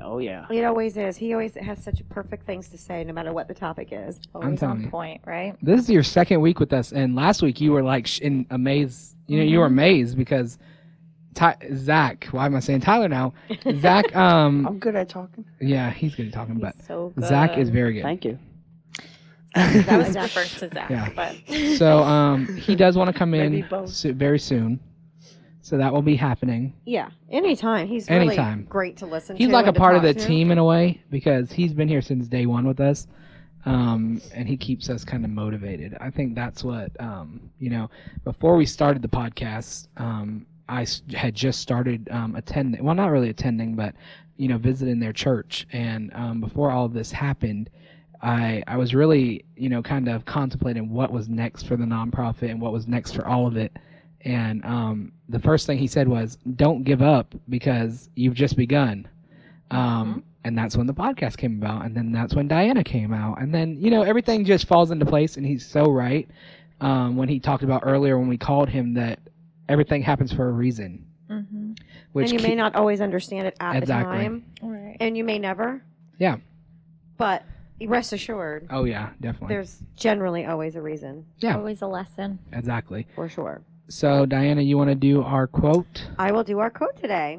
Speaker 4: Oh yeah.
Speaker 2: It always is. He always has such perfect things to say, no matter what the topic is.
Speaker 6: Always
Speaker 1: telling you.
Speaker 6: on point, right?
Speaker 1: This is your second week with us, and last week you were like sh- in amaze. You know, you were amazed because Ty- Zach, why am I saying Tyler now? Zach, um,
Speaker 4: I'm good at talking.
Speaker 1: yeah, he's good at talking, but
Speaker 3: so
Speaker 1: Zach is
Speaker 3: good.
Speaker 1: very good.
Speaker 4: uh, Thank you.
Speaker 3: That was referred to Zach,
Speaker 1: Yeah.
Speaker 3: but
Speaker 1: So um, he does want to come
Speaker 4: Maybe
Speaker 1: in
Speaker 4: both.
Speaker 1: so- very soon. So that will be happening.
Speaker 2: Yeah, anytime. He's
Speaker 1: Anytime.
Speaker 2: really great to listen to.
Speaker 1: He's like a
Speaker 2: and to
Speaker 1: part of the
Speaker 2: talk to.
Speaker 1: team in a way because he's been here since day one with us, um, and he keeps us kind of motivated. I think that's what um, you know. Before we started the podcast, um, I s- had just started um, attending. Well, not really attending, but you know, visiting their church. And um, before all this happened, I I was really you know kind of contemplating what was next for the nonprofit and what was next for all of it. And um, the first thing he said was, "Don't give up because you've just begun."
Speaker 2: Mm-hmm.
Speaker 1: Um, And that's when the podcast came about, and then that's when Diana came out, and then you know everything just falls into place. And he's so right um, when he talked about earlier when we called him that everything happens for a reason,
Speaker 3: hmm
Speaker 1: which
Speaker 2: and you
Speaker 1: ke-
Speaker 2: may not always understand it at
Speaker 1: Exactly.
Speaker 2: the time,
Speaker 3: right.
Speaker 2: and you may never.
Speaker 1: Yeah.
Speaker 2: But rest assured,
Speaker 1: oh yeah, definitely,
Speaker 2: there's generally always a reason
Speaker 1: Yeah.
Speaker 3: Always a lesson.
Speaker 1: exactly.
Speaker 2: for sure.
Speaker 1: So Diana, you want to do our quote?
Speaker 2: I will do our quote today.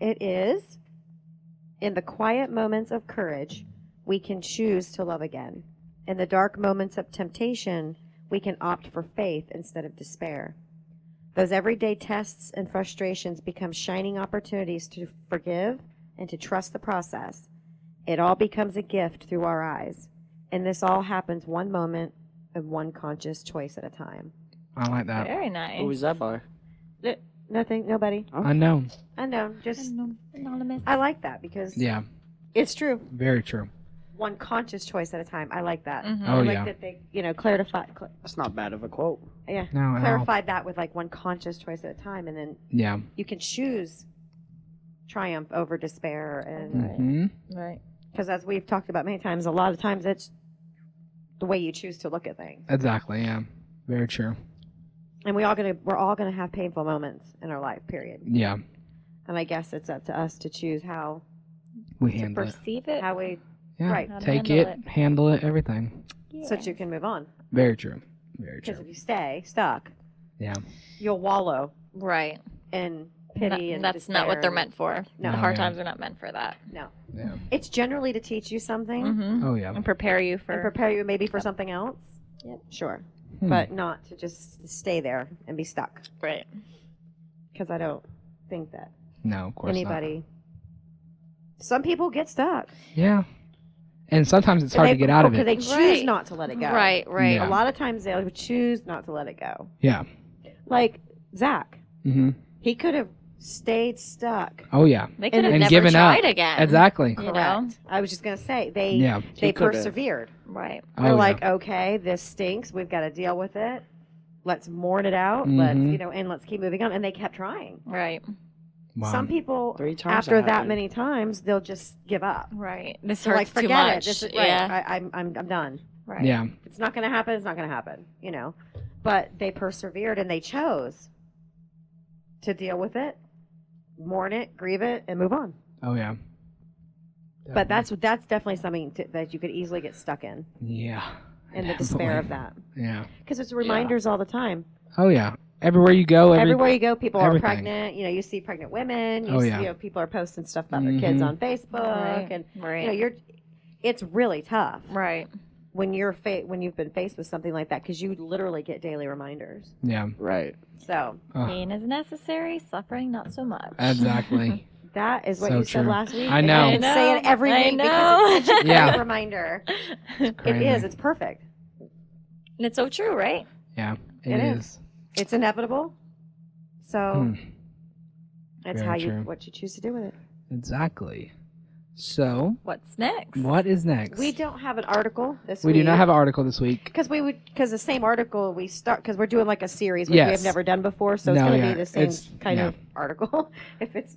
Speaker 2: It is In the quiet moments of courage, we can choose to love again. In the dark moments of temptation, we can opt for faith instead of despair. Those everyday tests and frustrations become shining opportunities to forgive and to trust the process. It all becomes a gift through our eyes. And this all happens one moment and one conscious choice at a time.
Speaker 1: I like that.
Speaker 3: Very nice.
Speaker 4: Who was that by?
Speaker 2: Nothing, nobody.
Speaker 1: Unknown.
Speaker 2: I know. Just
Speaker 3: Anonymous.
Speaker 2: I like that because
Speaker 1: Yeah,
Speaker 2: it's true.
Speaker 1: very true.
Speaker 2: One conscious choice at a time. I like that.
Speaker 3: Mhm.
Speaker 1: Oh
Speaker 2: I like
Speaker 1: yeah.
Speaker 2: that they, you know, clarified, cl-
Speaker 4: That's not bad of a quote.
Speaker 2: yeah,
Speaker 1: No, at all.
Speaker 2: clarified that with like one conscious choice at a time, and then
Speaker 1: Yeah.
Speaker 2: you can choose triumph over despair, and
Speaker 3: Right.
Speaker 1: hmm
Speaker 3: Right.
Speaker 2: because as we've talked about many times, a lot of times it's the way you choose to look at things,
Speaker 1: Exactly. Yeah. Very true.
Speaker 2: and we all gonna we're all gonna have painful moments in our life, period.
Speaker 1: Yeah.
Speaker 2: And I guess it's up to us to choose how
Speaker 1: We
Speaker 3: To
Speaker 1: handle it.
Speaker 3: perceive it.
Speaker 2: how we
Speaker 1: Yeah.
Speaker 2: right.
Speaker 3: How to
Speaker 1: Take
Speaker 3: handle
Speaker 1: it, handle it, everything.
Speaker 3: Yeah.
Speaker 2: so that you can move on.
Speaker 1: Very true. Very
Speaker 2: Because if
Speaker 1: true.
Speaker 2: you stay stuck,
Speaker 1: Yeah.
Speaker 2: you'll wallow
Speaker 6: Right.
Speaker 2: in
Speaker 6: Not-
Speaker 2: pity and
Speaker 6: that's not what
Speaker 2: despair
Speaker 6: they're
Speaker 2: and-
Speaker 6: meant for.
Speaker 2: No.
Speaker 6: The
Speaker 1: No,
Speaker 6: hard
Speaker 1: yeah.
Speaker 6: times are not meant for that.
Speaker 2: No,
Speaker 1: Yeah.
Speaker 2: it's generally to teach you something
Speaker 6: Mm-hmm.
Speaker 1: Oh yeah.
Speaker 6: And prepare you
Speaker 2: and
Speaker 6: for.
Speaker 2: prepare you maybe for something else.
Speaker 6: Yep.
Speaker 2: Sure,
Speaker 1: Hmm.
Speaker 2: but not to just stay there and be stuck.
Speaker 6: Right.
Speaker 2: Because I don't think that
Speaker 1: no, of course
Speaker 2: anybody. Some people get
Speaker 1: Not.
Speaker 2: stuck.
Speaker 1: Yeah. And sometimes it's hard
Speaker 2: They-
Speaker 1: to get out of
Speaker 2: because
Speaker 1: it.
Speaker 2: They choose
Speaker 6: Right.
Speaker 2: not to let it go.
Speaker 6: Right. Right.
Speaker 1: Yeah.
Speaker 2: A lot of times they would choose not to let it go.
Speaker 1: Yeah.
Speaker 2: Like Zach,
Speaker 1: hmm
Speaker 2: he could have stayed stuck.
Speaker 1: Oh yeah.
Speaker 6: They could have
Speaker 1: And
Speaker 6: never
Speaker 1: given up.
Speaker 6: tried again.
Speaker 1: Exactly.
Speaker 6: You know.
Speaker 2: Correct. I was just gonna say they
Speaker 1: Yeah.
Speaker 2: they
Speaker 4: He could've.
Speaker 2: persevered.
Speaker 6: Right.
Speaker 1: Oh,
Speaker 2: They're
Speaker 1: yeah.
Speaker 2: like, okay, this stinks. We've got to deal with it. Let's mourn it out. Let's,
Speaker 1: Mhm.
Speaker 2: you know, and let's keep moving on. And they kept trying.
Speaker 6: Right.
Speaker 1: Wow.
Speaker 2: Some people,
Speaker 4: Three times.
Speaker 2: after that
Speaker 4: happened.
Speaker 2: many times, they'll just give up.
Speaker 6: Right. This
Speaker 2: They're
Speaker 6: hurts
Speaker 2: like,
Speaker 6: too
Speaker 2: forget
Speaker 6: much.
Speaker 2: it. This is, right.
Speaker 6: yeah.
Speaker 2: I, I'm, I'm, I'm done.
Speaker 6: Right.
Speaker 1: Yeah.
Speaker 2: If It's not going to happen. It's not going to happen, you know. But they persevered and they chose to deal with it, mourn it, grieve it, and move on.
Speaker 1: Oh yeah.
Speaker 2: But that's that's definitely something to, that you could easily get stuck in,
Speaker 1: yeah.
Speaker 2: in the despair of
Speaker 1: Definitely.
Speaker 2: that.
Speaker 1: Yeah.
Speaker 2: Because it's reminders all the time.
Speaker 1: Oh yeah. Everywhere you go, every
Speaker 2: everywhere you go, people
Speaker 1: everything.
Speaker 2: are pregnant. You know, you see pregnant women. You,
Speaker 1: Oh,
Speaker 2: see,
Speaker 1: yeah.
Speaker 2: you know, people are posting stuff about their kids
Speaker 1: Mhm.
Speaker 2: on Facebook,
Speaker 6: Right.
Speaker 2: and
Speaker 6: Right.
Speaker 2: you know, you're. It's really tough
Speaker 6: right.
Speaker 2: when you're fa- when you've been faced with something like that because you literally get daily reminders.
Speaker 1: yeah.
Speaker 4: Right.
Speaker 2: So
Speaker 1: Ugh.
Speaker 3: Pain is necessary. Suffering not so much.
Speaker 1: Exactly.
Speaker 2: that is what
Speaker 1: So
Speaker 2: you
Speaker 1: true.
Speaker 2: said last week.
Speaker 1: I
Speaker 2: and
Speaker 1: know.
Speaker 2: I've been saying it every
Speaker 6: I
Speaker 2: week because it's such a great
Speaker 1: Yeah.
Speaker 2: reminder.
Speaker 1: Crazy.
Speaker 2: It is. It's perfect.
Speaker 6: And it's so true, right?
Speaker 1: Yeah.
Speaker 2: It
Speaker 1: it
Speaker 2: is. Oh.
Speaker 1: is.
Speaker 2: It's inevitable. So
Speaker 1: Hmm.
Speaker 2: that's
Speaker 1: Very
Speaker 2: how you
Speaker 1: true.
Speaker 2: what you choose to do with it.
Speaker 1: Exactly. So,
Speaker 6: What's next?
Speaker 1: what is next?
Speaker 2: We don't have an article this
Speaker 1: We
Speaker 2: week.
Speaker 1: do not have an article this week.
Speaker 2: Because we would, because the same article we start, because we're doing like a series which we
Speaker 1: Yes.
Speaker 2: have never done before, so it's
Speaker 1: No,
Speaker 2: going to
Speaker 1: yeah,
Speaker 2: be the same
Speaker 1: it's-
Speaker 2: kind
Speaker 1: yeah.
Speaker 2: of article. if it's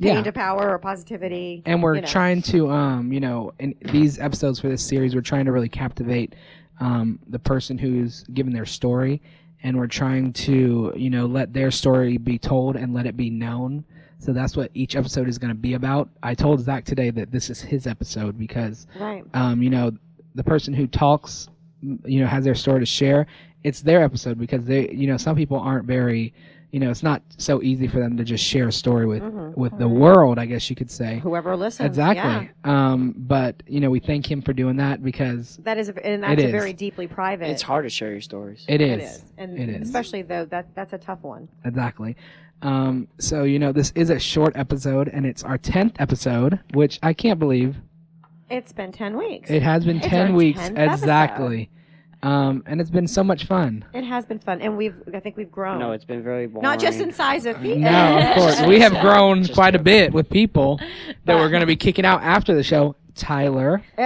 Speaker 2: pain
Speaker 1: Yeah.
Speaker 2: to power or positivity,
Speaker 1: And we're
Speaker 2: you know.
Speaker 1: trying to, um, you know, in these episodes for this series, we're trying to really captivate um, the person who's given their story, and we're trying to, you know, let their story be told and let it be known. So that's what each episode is going to be about. I told Zach today that this is his episode because
Speaker 2: right?
Speaker 1: mm, um, you know, the person who talks, m- you know, has their story to share. it's their episode because they you know some people aren't very you know it's not so easy for them to just share a story with
Speaker 2: Mhm.
Speaker 1: with the world I guess you could say
Speaker 2: Whoever listens. yeah.
Speaker 1: exactly um but you know we thank him for doing that because
Speaker 2: That is, a, and that's
Speaker 1: is.
Speaker 2: a very deeply private.
Speaker 4: It's hard to share your stories.
Speaker 1: it is,
Speaker 2: It is. And
Speaker 1: It is.
Speaker 2: especially though that that's a tough one.
Speaker 1: exactly um so you know this is a short episode and it's our 10th episode which I can't believe
Speaker 2: It's been ten weeks.
Speaker 1: It has been
Speaker 2: It's
Speaker 1: ten
Speaker 2: our
Speaker 1: weeks
Speaker 2: 10th
Speaker 1: exactly, um, and it's been so much fun.
Speaker 2: It has been fun, and we've I think we've grown.
Speaker 4: No, it's been very boring.
Speaker 2: not just in size of E. people.
Speaker 1: No, of course we have grown
Speaker 4: Just
Speaker 1: quite a
Speaker 4: joking.
Speaker 1: bit with people that we're going to be kicking out after the show. Tyler,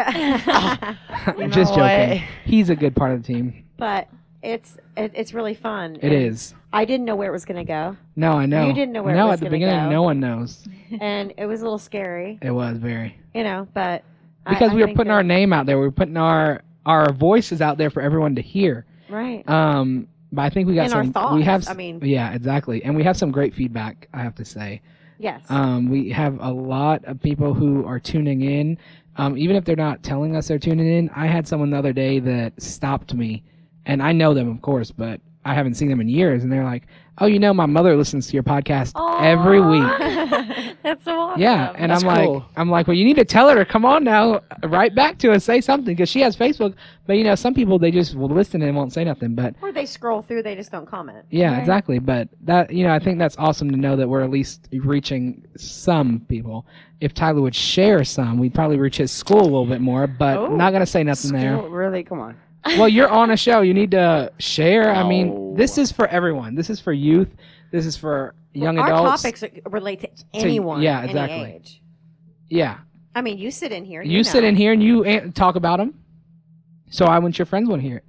Speaker 1: I'm just joking.
Speaker 4: No way.
Speaker 1: He's a good part of the team.
Speaker 2: but it's it, it's really fun.
Speaker 1: It is.
Speaker 2: I didn't know where it was going to go,
Speaker 1: No, I know.
Speaker 2: You didn't know where it
Speaker 1: No,
Speaker 2: was
Speaker 1: at the
Speaker 2: gonna
Speaker 1: beginning,
Speaker 2: go.
Speaker 1: no one knows.
Speaker 2: and it was a little scary,
Speaker 1: It was very
Speaker 2: you know. But I-
Speaker 1: because
Speaker 2: I
Speaker 1: we were
Speaker 2: think
Speaker 1: putting
Speaker 2: that-
Speaker 1: our name out there. We were putting our our voices out there for everyone to hear.
Speaker 2: right
Speaker 1: Um, but I think we got
Speaker 2: and
Speaker 1: some.
Speaker 2: our thoughts.
Speaker 1: We have.
Speaker 2: I mean,
Speaker 1: yeah, exactly, and we have some great feedback. I have to say.
Speaker 2: yes.
Speaker 1: Um, we have a lot of people who are tuning in. Um, even if they're not telling us they're tuning in, I had someone the other day that stopped me, and I know them, of course, but I haven't seen them in years, and they're like, "Oh, you know, my mother listens to your podcast every week."
Speaker 6: week. That's so awesome.
Speaker 1: Yeah, and
Speaker 4: That's
Speaker 1: I'm like,
Speaker 4: cool.
Speaker 1: I'm like, well, you need to tell her to come on now, right back to us, say something, because she has Facebook. But you know, some people they just will listen and won't say nothing. But
Speaker 2: or they scroll through, they just don't comment.
Speaker 1: yeah,
Speaker 6: Right.
Speaker 1: exactly. But that you know, I think that's awesome to know that we're at least reaching some people. If Tyler would share some, we'd probably reach his school a little bit more. But
Speaker 4: Oh,
Speaker 1: not gonna say nothing there.
Speaker 4: School- Oh, Really? Come on.
Speaker 1: Well, you're on a show. You need to share. I mean,
Speaker 4: No.
Speaker 1: this is for everyone. This is for youth. This is for young
Speaker 2: our
Speaker 1: adults.
Speaker 2: topics uh, relate to anyone.
Speaker 1: yeah,
Speaker 2: any
Speaker 1: exactly.
Speaker 2: age.
Speaker 1: Yeah,
Speaker 2: I mean, you sit in here.
Speaker 1: you sit
Speaker 2: know.
Speaker 1: in here and you an- talk about them. So I want your friends want to hear it.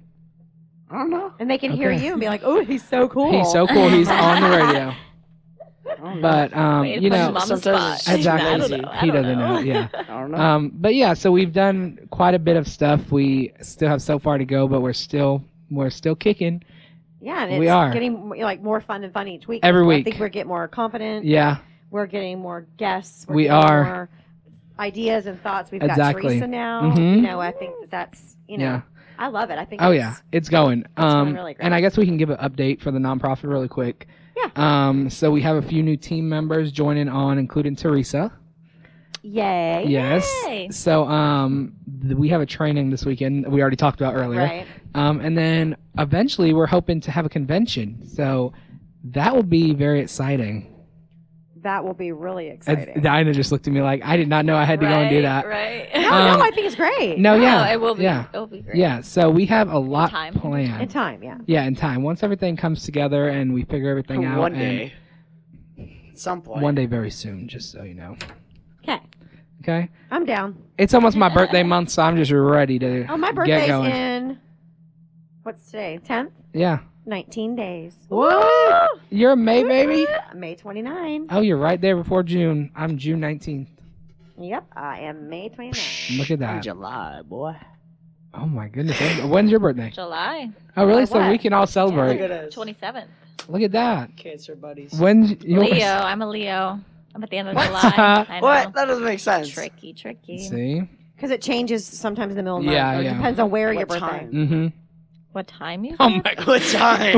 Speaker 4: I don't know.
Speaker 2: and they can hear
Speaker 1: Okay.
Speaker 2: you and be like, "Oh, he's so cool."
Speaker 1: He's so cool. He's on the radio.
Speaker 4: I don't know.
Speaker 1: But um,
Speaker 6: Way to
Speaker 1: you
Speaker 6: put him
Speaker 1: know,
Speaker 6: on the spot.
Speaker 4: sometimes
Speaker 1: it's Exactly.
Speaker 6: I don't
Speaker 4: easy.
Speaker 6: know. I
Speaker 1: He
Speaker 6: don't
Speaker 1: doesn't know, yeah.
Speaker 4: I don't know.
Speaker 1: Um, but yeah, so we've done quite a bit of stuff. We still have so far to go, but we're still we're still kicking.
Speaker 2: Yeah, and it's
Speaker 1: We are.
Speaker 2: getting like more fun and fun each week.
Speaker 1: Every
Speaker 2: I think
Speaker 1: week.
Speaker 2: we're getting more confident.
Speaker 1: Yeah,
Speaker 2: We're getting more guests. We're
Speaker 1: We
Speaker 2: getting
Speaker 1: are.
Speaker 2: More ideas and thoughts. We've
Speaker 1: Exactly.
Speaker 2: got Teresa now.
Speaker 1: Mhm.
Speaker 2: You know, I think that's you know,
Speaker 1: Yeah.
Speaker 2: I love it. I think.
Speaker 1: oh
Speaker 2: it's-
Speaker 1: yeah, it's going. Um,
Speaker 2: really great.
Speaker 1: and I guess we can give an update for the nonprofit really quick.
Speaker 2: Yeah.
Speaker 1: Um, so we have a few new team members joining on, including Teresa.
Speaker 2: Yay.
Speaker 1: Yes.
Speaker 6: Yay.
Speaker 1: So um, th- we have a training this weekend. We already talked about earlier.
Speaker 2: Right.
Speaker 1: Um, and then eventually we're hoping to have a convention. So that will be very exciting.
Speaker 2: That will be really
Speaker 1: And
Speaker 2: exciting.
Speaker 1: Dinah just looked at me like I did not know I had to go and do
Speaker 6: Right,
Speaker 1: that.
Speaker 6: Right.
Speaker 2: no,
Speaker 1: Um,
Speaker 2: no, I think it's great.
Speaker 1: No, yeah,
Speaker 6: Oh, it will be.
Speaker 1: yeah.
Speaker 6: It will be great.
Speaker 1: yeah. So we have a lot
Speaker 6: time.
Speaker 2: in
Speaker 1: planned.
Speaker 2: time, yeah.
Speaker 1: Yeah, in time. Once everything comes together and we figure everything out,
Speaker 4: One
Speaker 1: and
Speaker 4: day. At some point.
Speaker 1: one day very soon. Just so you know.
Speaker 2: 'Kay.
Speaker 1: Okay.
Speaker 2: I'm down.
Speaker 1: It's almost my birthday month, so I'm just ready to
Speaker 2: Oh, my
Speaker 1: get
Speaker 2: birthday's
Speaker 1: going.
Speaker 2: in. What's today? Tenth.
Speaker 1: Yeah.
Speaker 2: 19 days.
Speaker 1: What? You're a May baby?
Speaker 2: May 29.
Speaker 1: Oh, you're right there before June. I'm June 19th.
Speaker 2: Yep, I am May 29.
Speaker 1: Look at
Speaker 4: In
Speaker 1: that.
Speaker 4: July, boy.
Speaker 1: Oh my goodness. When- When's your birthday?
Speaker 6: July
Speaker 1: Oh, really?
Speaker 2: Like
Speaker 1: So we
Speaker 2: what?
Speaker 1: can all celebrate.
Speaker 4: Look at us.
Speaker 6: 27th.
Speaker 1: Look at that.
Speaker 4: Cancer buddies.
Speaker 1: When's yours?
Speaker 6: Leo. I'm a Leo. I'm at the end of July. I know.
Speaker 4: What? That doesn't make sense.
Speaker 6: Tricky, tricky.
Speaker 1: See?
Speaker 2: Because it changes sometimes in the middle of the
Speaker 1: Yeah,
Speaker 2: month. or
Speaker 1: yeah.
Speaker 2: It depends on where
Speaker 4: What
Speaker 2: your birthday.
Speaker 4: time?
Speaker 1: Mm-hmm.
Speaker 6: What time you?
Speaker 1: Oh my
Speaker 4: What time?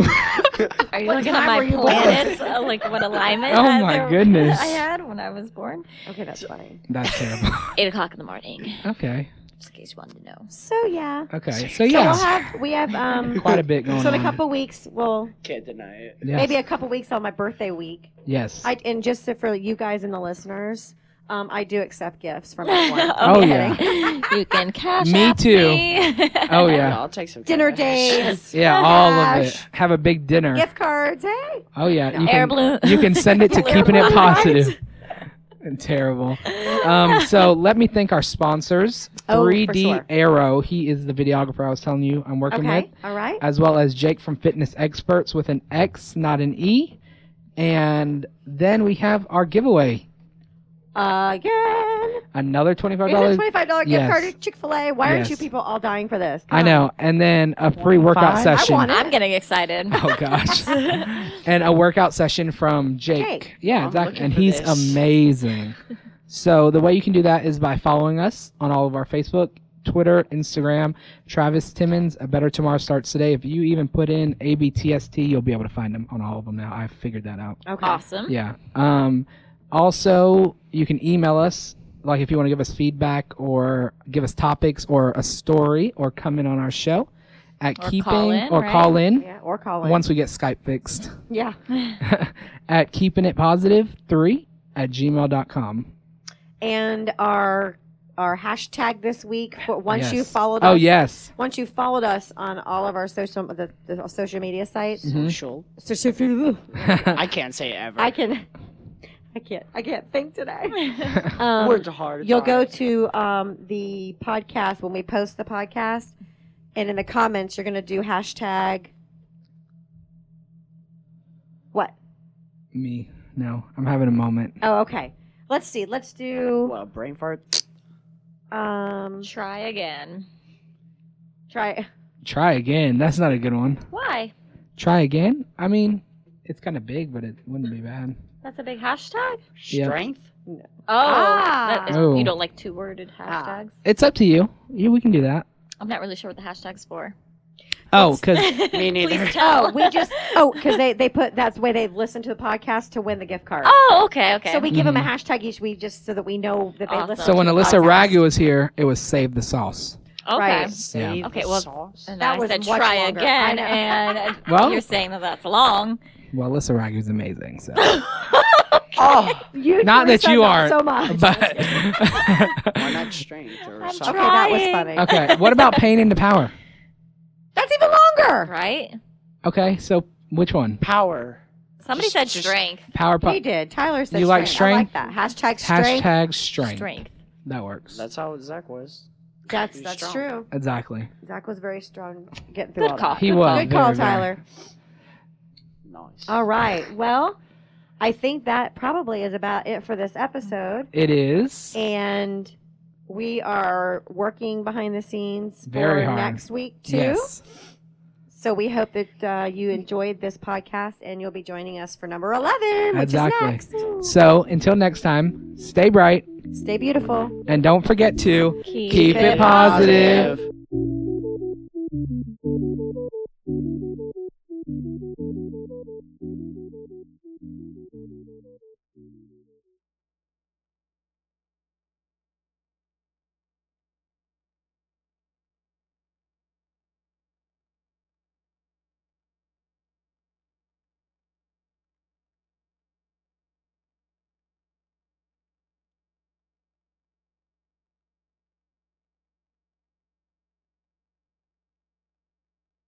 Speaker 6: Are you
Speaker 2: What
Speaker 6: looking at
Speaker 2: time were
Speaker 6: my
Speaker 2: you born?
Speaker 6: planets? Uh, like what alignment?
Speaker 1: Oh
Speaker 6: I-
Speaker 1: my
Speaker 6: there-
Speaker 1: goodness.
Speaker 6: I had when I was born.
Speaker 2: Okay, that's funny.
Speaker 1: That's terrible.
Speaker 6: Eight o'clock in the morning.
Speaker 1: okay.
Speaker 6: Just in case you wanted to know.
Speaker 2: So yeah.
Speaker 1: Okay. So
Speaker 2: So
Speaker 1: yeah,
Speaker 2: we'll have we have um.
Speaker 1: quite a bit going
Speaker 2: so in
Speaker 1: on.
Speaker 2: a couple weeks, we'll
Speaker 4: Can't deny it.
Speaker 1: yes.
Speaker 2: maybe a couple weeks on my birthday week.
Speaker 1: yes.
Speaker 2: I and just so for you guys and the listeners, um, I do accept gifts from everyone.
Speaker 1: Oh, yeah.
Speaker 6: you can cash
Speaker 1: Me
Speaker 6: app
Speaker 1: too.
Speaker 6: me.
Speaker 1: oh
Speaker 4: No,
Speaker 1: yeah.
Speaker 4: I'll take some
Speaker 2: Dinner
Speaker 4: cash.
Speaker 2: days,
Speaker 1: Yeah, all of it.
Speaker 2: Gosh.
Speaker 1: Have a big dinner.
Speaker 2: gift cards. Hey,
Speaker 1: Oh yeah. You
Speaker 6: Air
Speaker 1: can,
Speaker 6: balloon.
Speaker 1: you can send it to
Speaker 6: Air
Speaker 1: keeping it
Speaker 6: balloon.
Speaker 1: positive. Terrible. Um, so let me thank our sponsors.
Speaker 2: Oh, for
Speaker 1: 3D
Speaker 2: sure.
Speaker 1: Arrow. He is the videographer I was telling you I'm working
Speaker 2: okay,
Speaker 1: with,
Speaker 2: all right.
Speaker 1: as well as Jake from Fitness Experts with an X, not an E. And then we have our giveaway.
Speaker 2: Again,
Speaker 1: Another twenty-five
Speaker 2: it's a
Speaker 1: dollars.
Speaker 2: twenty-five dollar gift
Speaker 1: Yes.
Speaker 2: card to Chick Fil A. Why aren't you
Speaker 1: Yes.
Speaker 2: people all dying for this? Come
Speaker 1: I
Speaker 2: on.
Speaker 1: know. And then a free workout
Speaker 4: Five? I
Speaker 1: session.
Speaker 2: want it.
Speaker 6: I'm getting excited.
Speaker 1: Oh gosh. and a workout session from Jake.
Speaker 2: Jake.
Speaker 1: Yeah,
Speaker 4: I'm
Speaker 1: exactly.
Speaker 4: looking
Speaker 1: And
Speaker 4: for
Speaker 1: he's
Speaker 4: this.
Speaker 1: amazing. so the way you can do that is by following us on all of our Facebook Twitter, Instagram, Travis Timmons. A Better Tomorrow starts today. If you even put in ABTST, you'll be able to find them on all of them now. I figured that out.
Speaker 2: Okay.
Speaker 6: Awesome.
Speaker 1: Mm-hmm. Yeah. Um, also, you can email us, like if you want to give us feedback or give us topics or a story or come in on our show at
Speaker 6: Or
Speaker 1: keeping
Speaker 6: call in,
Speaker 1: or
Speaker 6: right?
Speaker 1: call in
Speaker 2: Yeah, or call in.
Speaker 1: once we get Skype fixed
Speaker 2: yeah.
Speaker 1: at keeping it positive three at gmail.com.
Speaker 2: And our our hashtag this week. For, once you
Speaker 1: Yes.
Speaker 2: followed
Speaker 1: Oh,
Speaker 2: us,
Speaker 1: yes.
Speaker 2: Once you followed us on all of our social the, the social media sites,
Speaker 1: Mhm.
Speaker 4: Social.
Speaker 2: so, so if you-
Speaker 4: I can't say ever.
Speaker 2: I can, I can't, I can't think today.
Speaker 4: We're
Speaker 2: Um,
Speaker 4: hard.
Speaker 2: you'll go to um, the podcast when we post the podcast, and in the comments you're gonna do hashtag. What?
Speaker 1: Me. No, I'm having a moment.
Speaker 2: Oh, okay. Let's see. Let's do.
Speaker 4: Well, brain fart.
Speaker 2: Um,
Speaker 6: Try again.
Speaker 2: try.
Speaker 1: Try again. That's not a good one.
Speaker 6: Why?
Speaker 1: Try again. I mean, it's kind of big, but it wouldn't be bad.
Speaker 6: That's a big hashtag.
Speaker 1: Yeah.
Speaker 4: Strength.
Speaker 6: Oh,
Speaker 2: Ah.
Speaker 6: that is,
Speaker 1: Oh.
Speaker 6: you don't like two-worded hashtags.
Speaker 1: It's up to you. Yeah, we can do that.
Speaker 6: Ah. I'm not really sure what the hashtag's for.
Speaker 1: Oh, because
Speaker 4: Me neither.
Speaker 6: Please tell.
Speaker 2: Oh, we just. Oh, because they they put that's the way they listen to the podcast to win the gift card.
Speaker 6: Oh, okay, okay.
Speaker 2: So we give them a hashtag each week just so that we know that they
Speaker 6: Awesome.
Speaker 2: listen.
Speaker 1: So when
Speaker 2: to the
Speaker 1: Alyssa
Speaker 2: podcast.
Speaker 1: Ragu was here, it was save the sauce.
Speaker 6: okay.
Speaker 2: right.
Speaker 4: Save
Speaker 1: Yeah.
Speaker 6: Okay,
Speaker 4: the
Speaker 6: well,
Speaker 4: sauce.
Speaker 6: And
Speaker 2: That
Speaker 6: I
Speaker 2: was
Speaker 6: said
Speaker 2: much
Speaker 6: try
Speaker 2: longer. I
Speaker 6: again,
Speaker 2: know.
Speaker 6: and
Speaker 1: Well-
Speaker 6: you're saying that that's long.
Speaker 1: Well, Alyssa Ragu is amazing, so
Speaker 4: Oh,
Speaker 2: you
Speaker 1: Not
Speaker 2: three
Speaker 1: that
Speaker 2: said
Speaker 1: you aren't,
Speaker 2: so much.
Speaker 1: but
Speaker 4: why not strength
Speaker 6: I'm
Speaker 4: or
Speaker 2: okay,
Speaker 4: something?
Speaker 2: that was
Speaker 6: Trying.
Speaker 2: funny.
Speaker 1: okay. What about pain into power?
Speaker 2: That's even longer.
Speaker 6: Right?
Speaker 1: Okay, so which one?
Speaker 4: Power.
Speaker 6: Somebody
Speaker 4: Just-
Speaker 6: said
Speaker 4: just-
Speaker 6: strength.
Speaker 1: Power
Speaker 2: We
Speaker 1: po-
Speaker 2: did. Tyler said
Speaker 1: You like
Speaker 2: I like that hashtag strength.
Speaker 1: hashtag strength.
Speaker 6: Strength.
Speaker 1: That works
Speaker 4: That's how Zach was.
Speaker 2: That's
Speaker 4: Be
Speaker 2: that's
Speaker 4: strong.
Speaker 2: true.
Speaker 1: exactly.
Speaker 2: Zach was very strong getting through all
Speaker 6: Good
Speaker 2: that.
Speaker 6: call.
Speaker 1: He
Speaker 6: Good
Speaker 1: was.
Speaker 2: Good call,
Speaker 1: Very, very.
Speaker 2: Tyler.
Speaker 4: Nice.
Speaker 2: All right. Well, I think that probably is about it for this episode,
Speaker 1: It is.
Speaker 2: and we are working behind the scenes
Speaker 1: Very
Speaker 2: for
Speaker 1: hard.
Speaker 2: next week too.
Speaker 1: Yes.
Speaker 2: So we hope that uh, you enjoyed this podcast and you'll be joining us for number 11, which
Speaker 1: Exactly.
Speaker 2: is next.
Speaker 1: So until next time, stay bright
Speaker 2: Stay beautiful.
Speaker 1: and don't forget to
Speaker 6: Keep
Speaker 1: keep it
Speaker 2: it
Speaker 1: positive.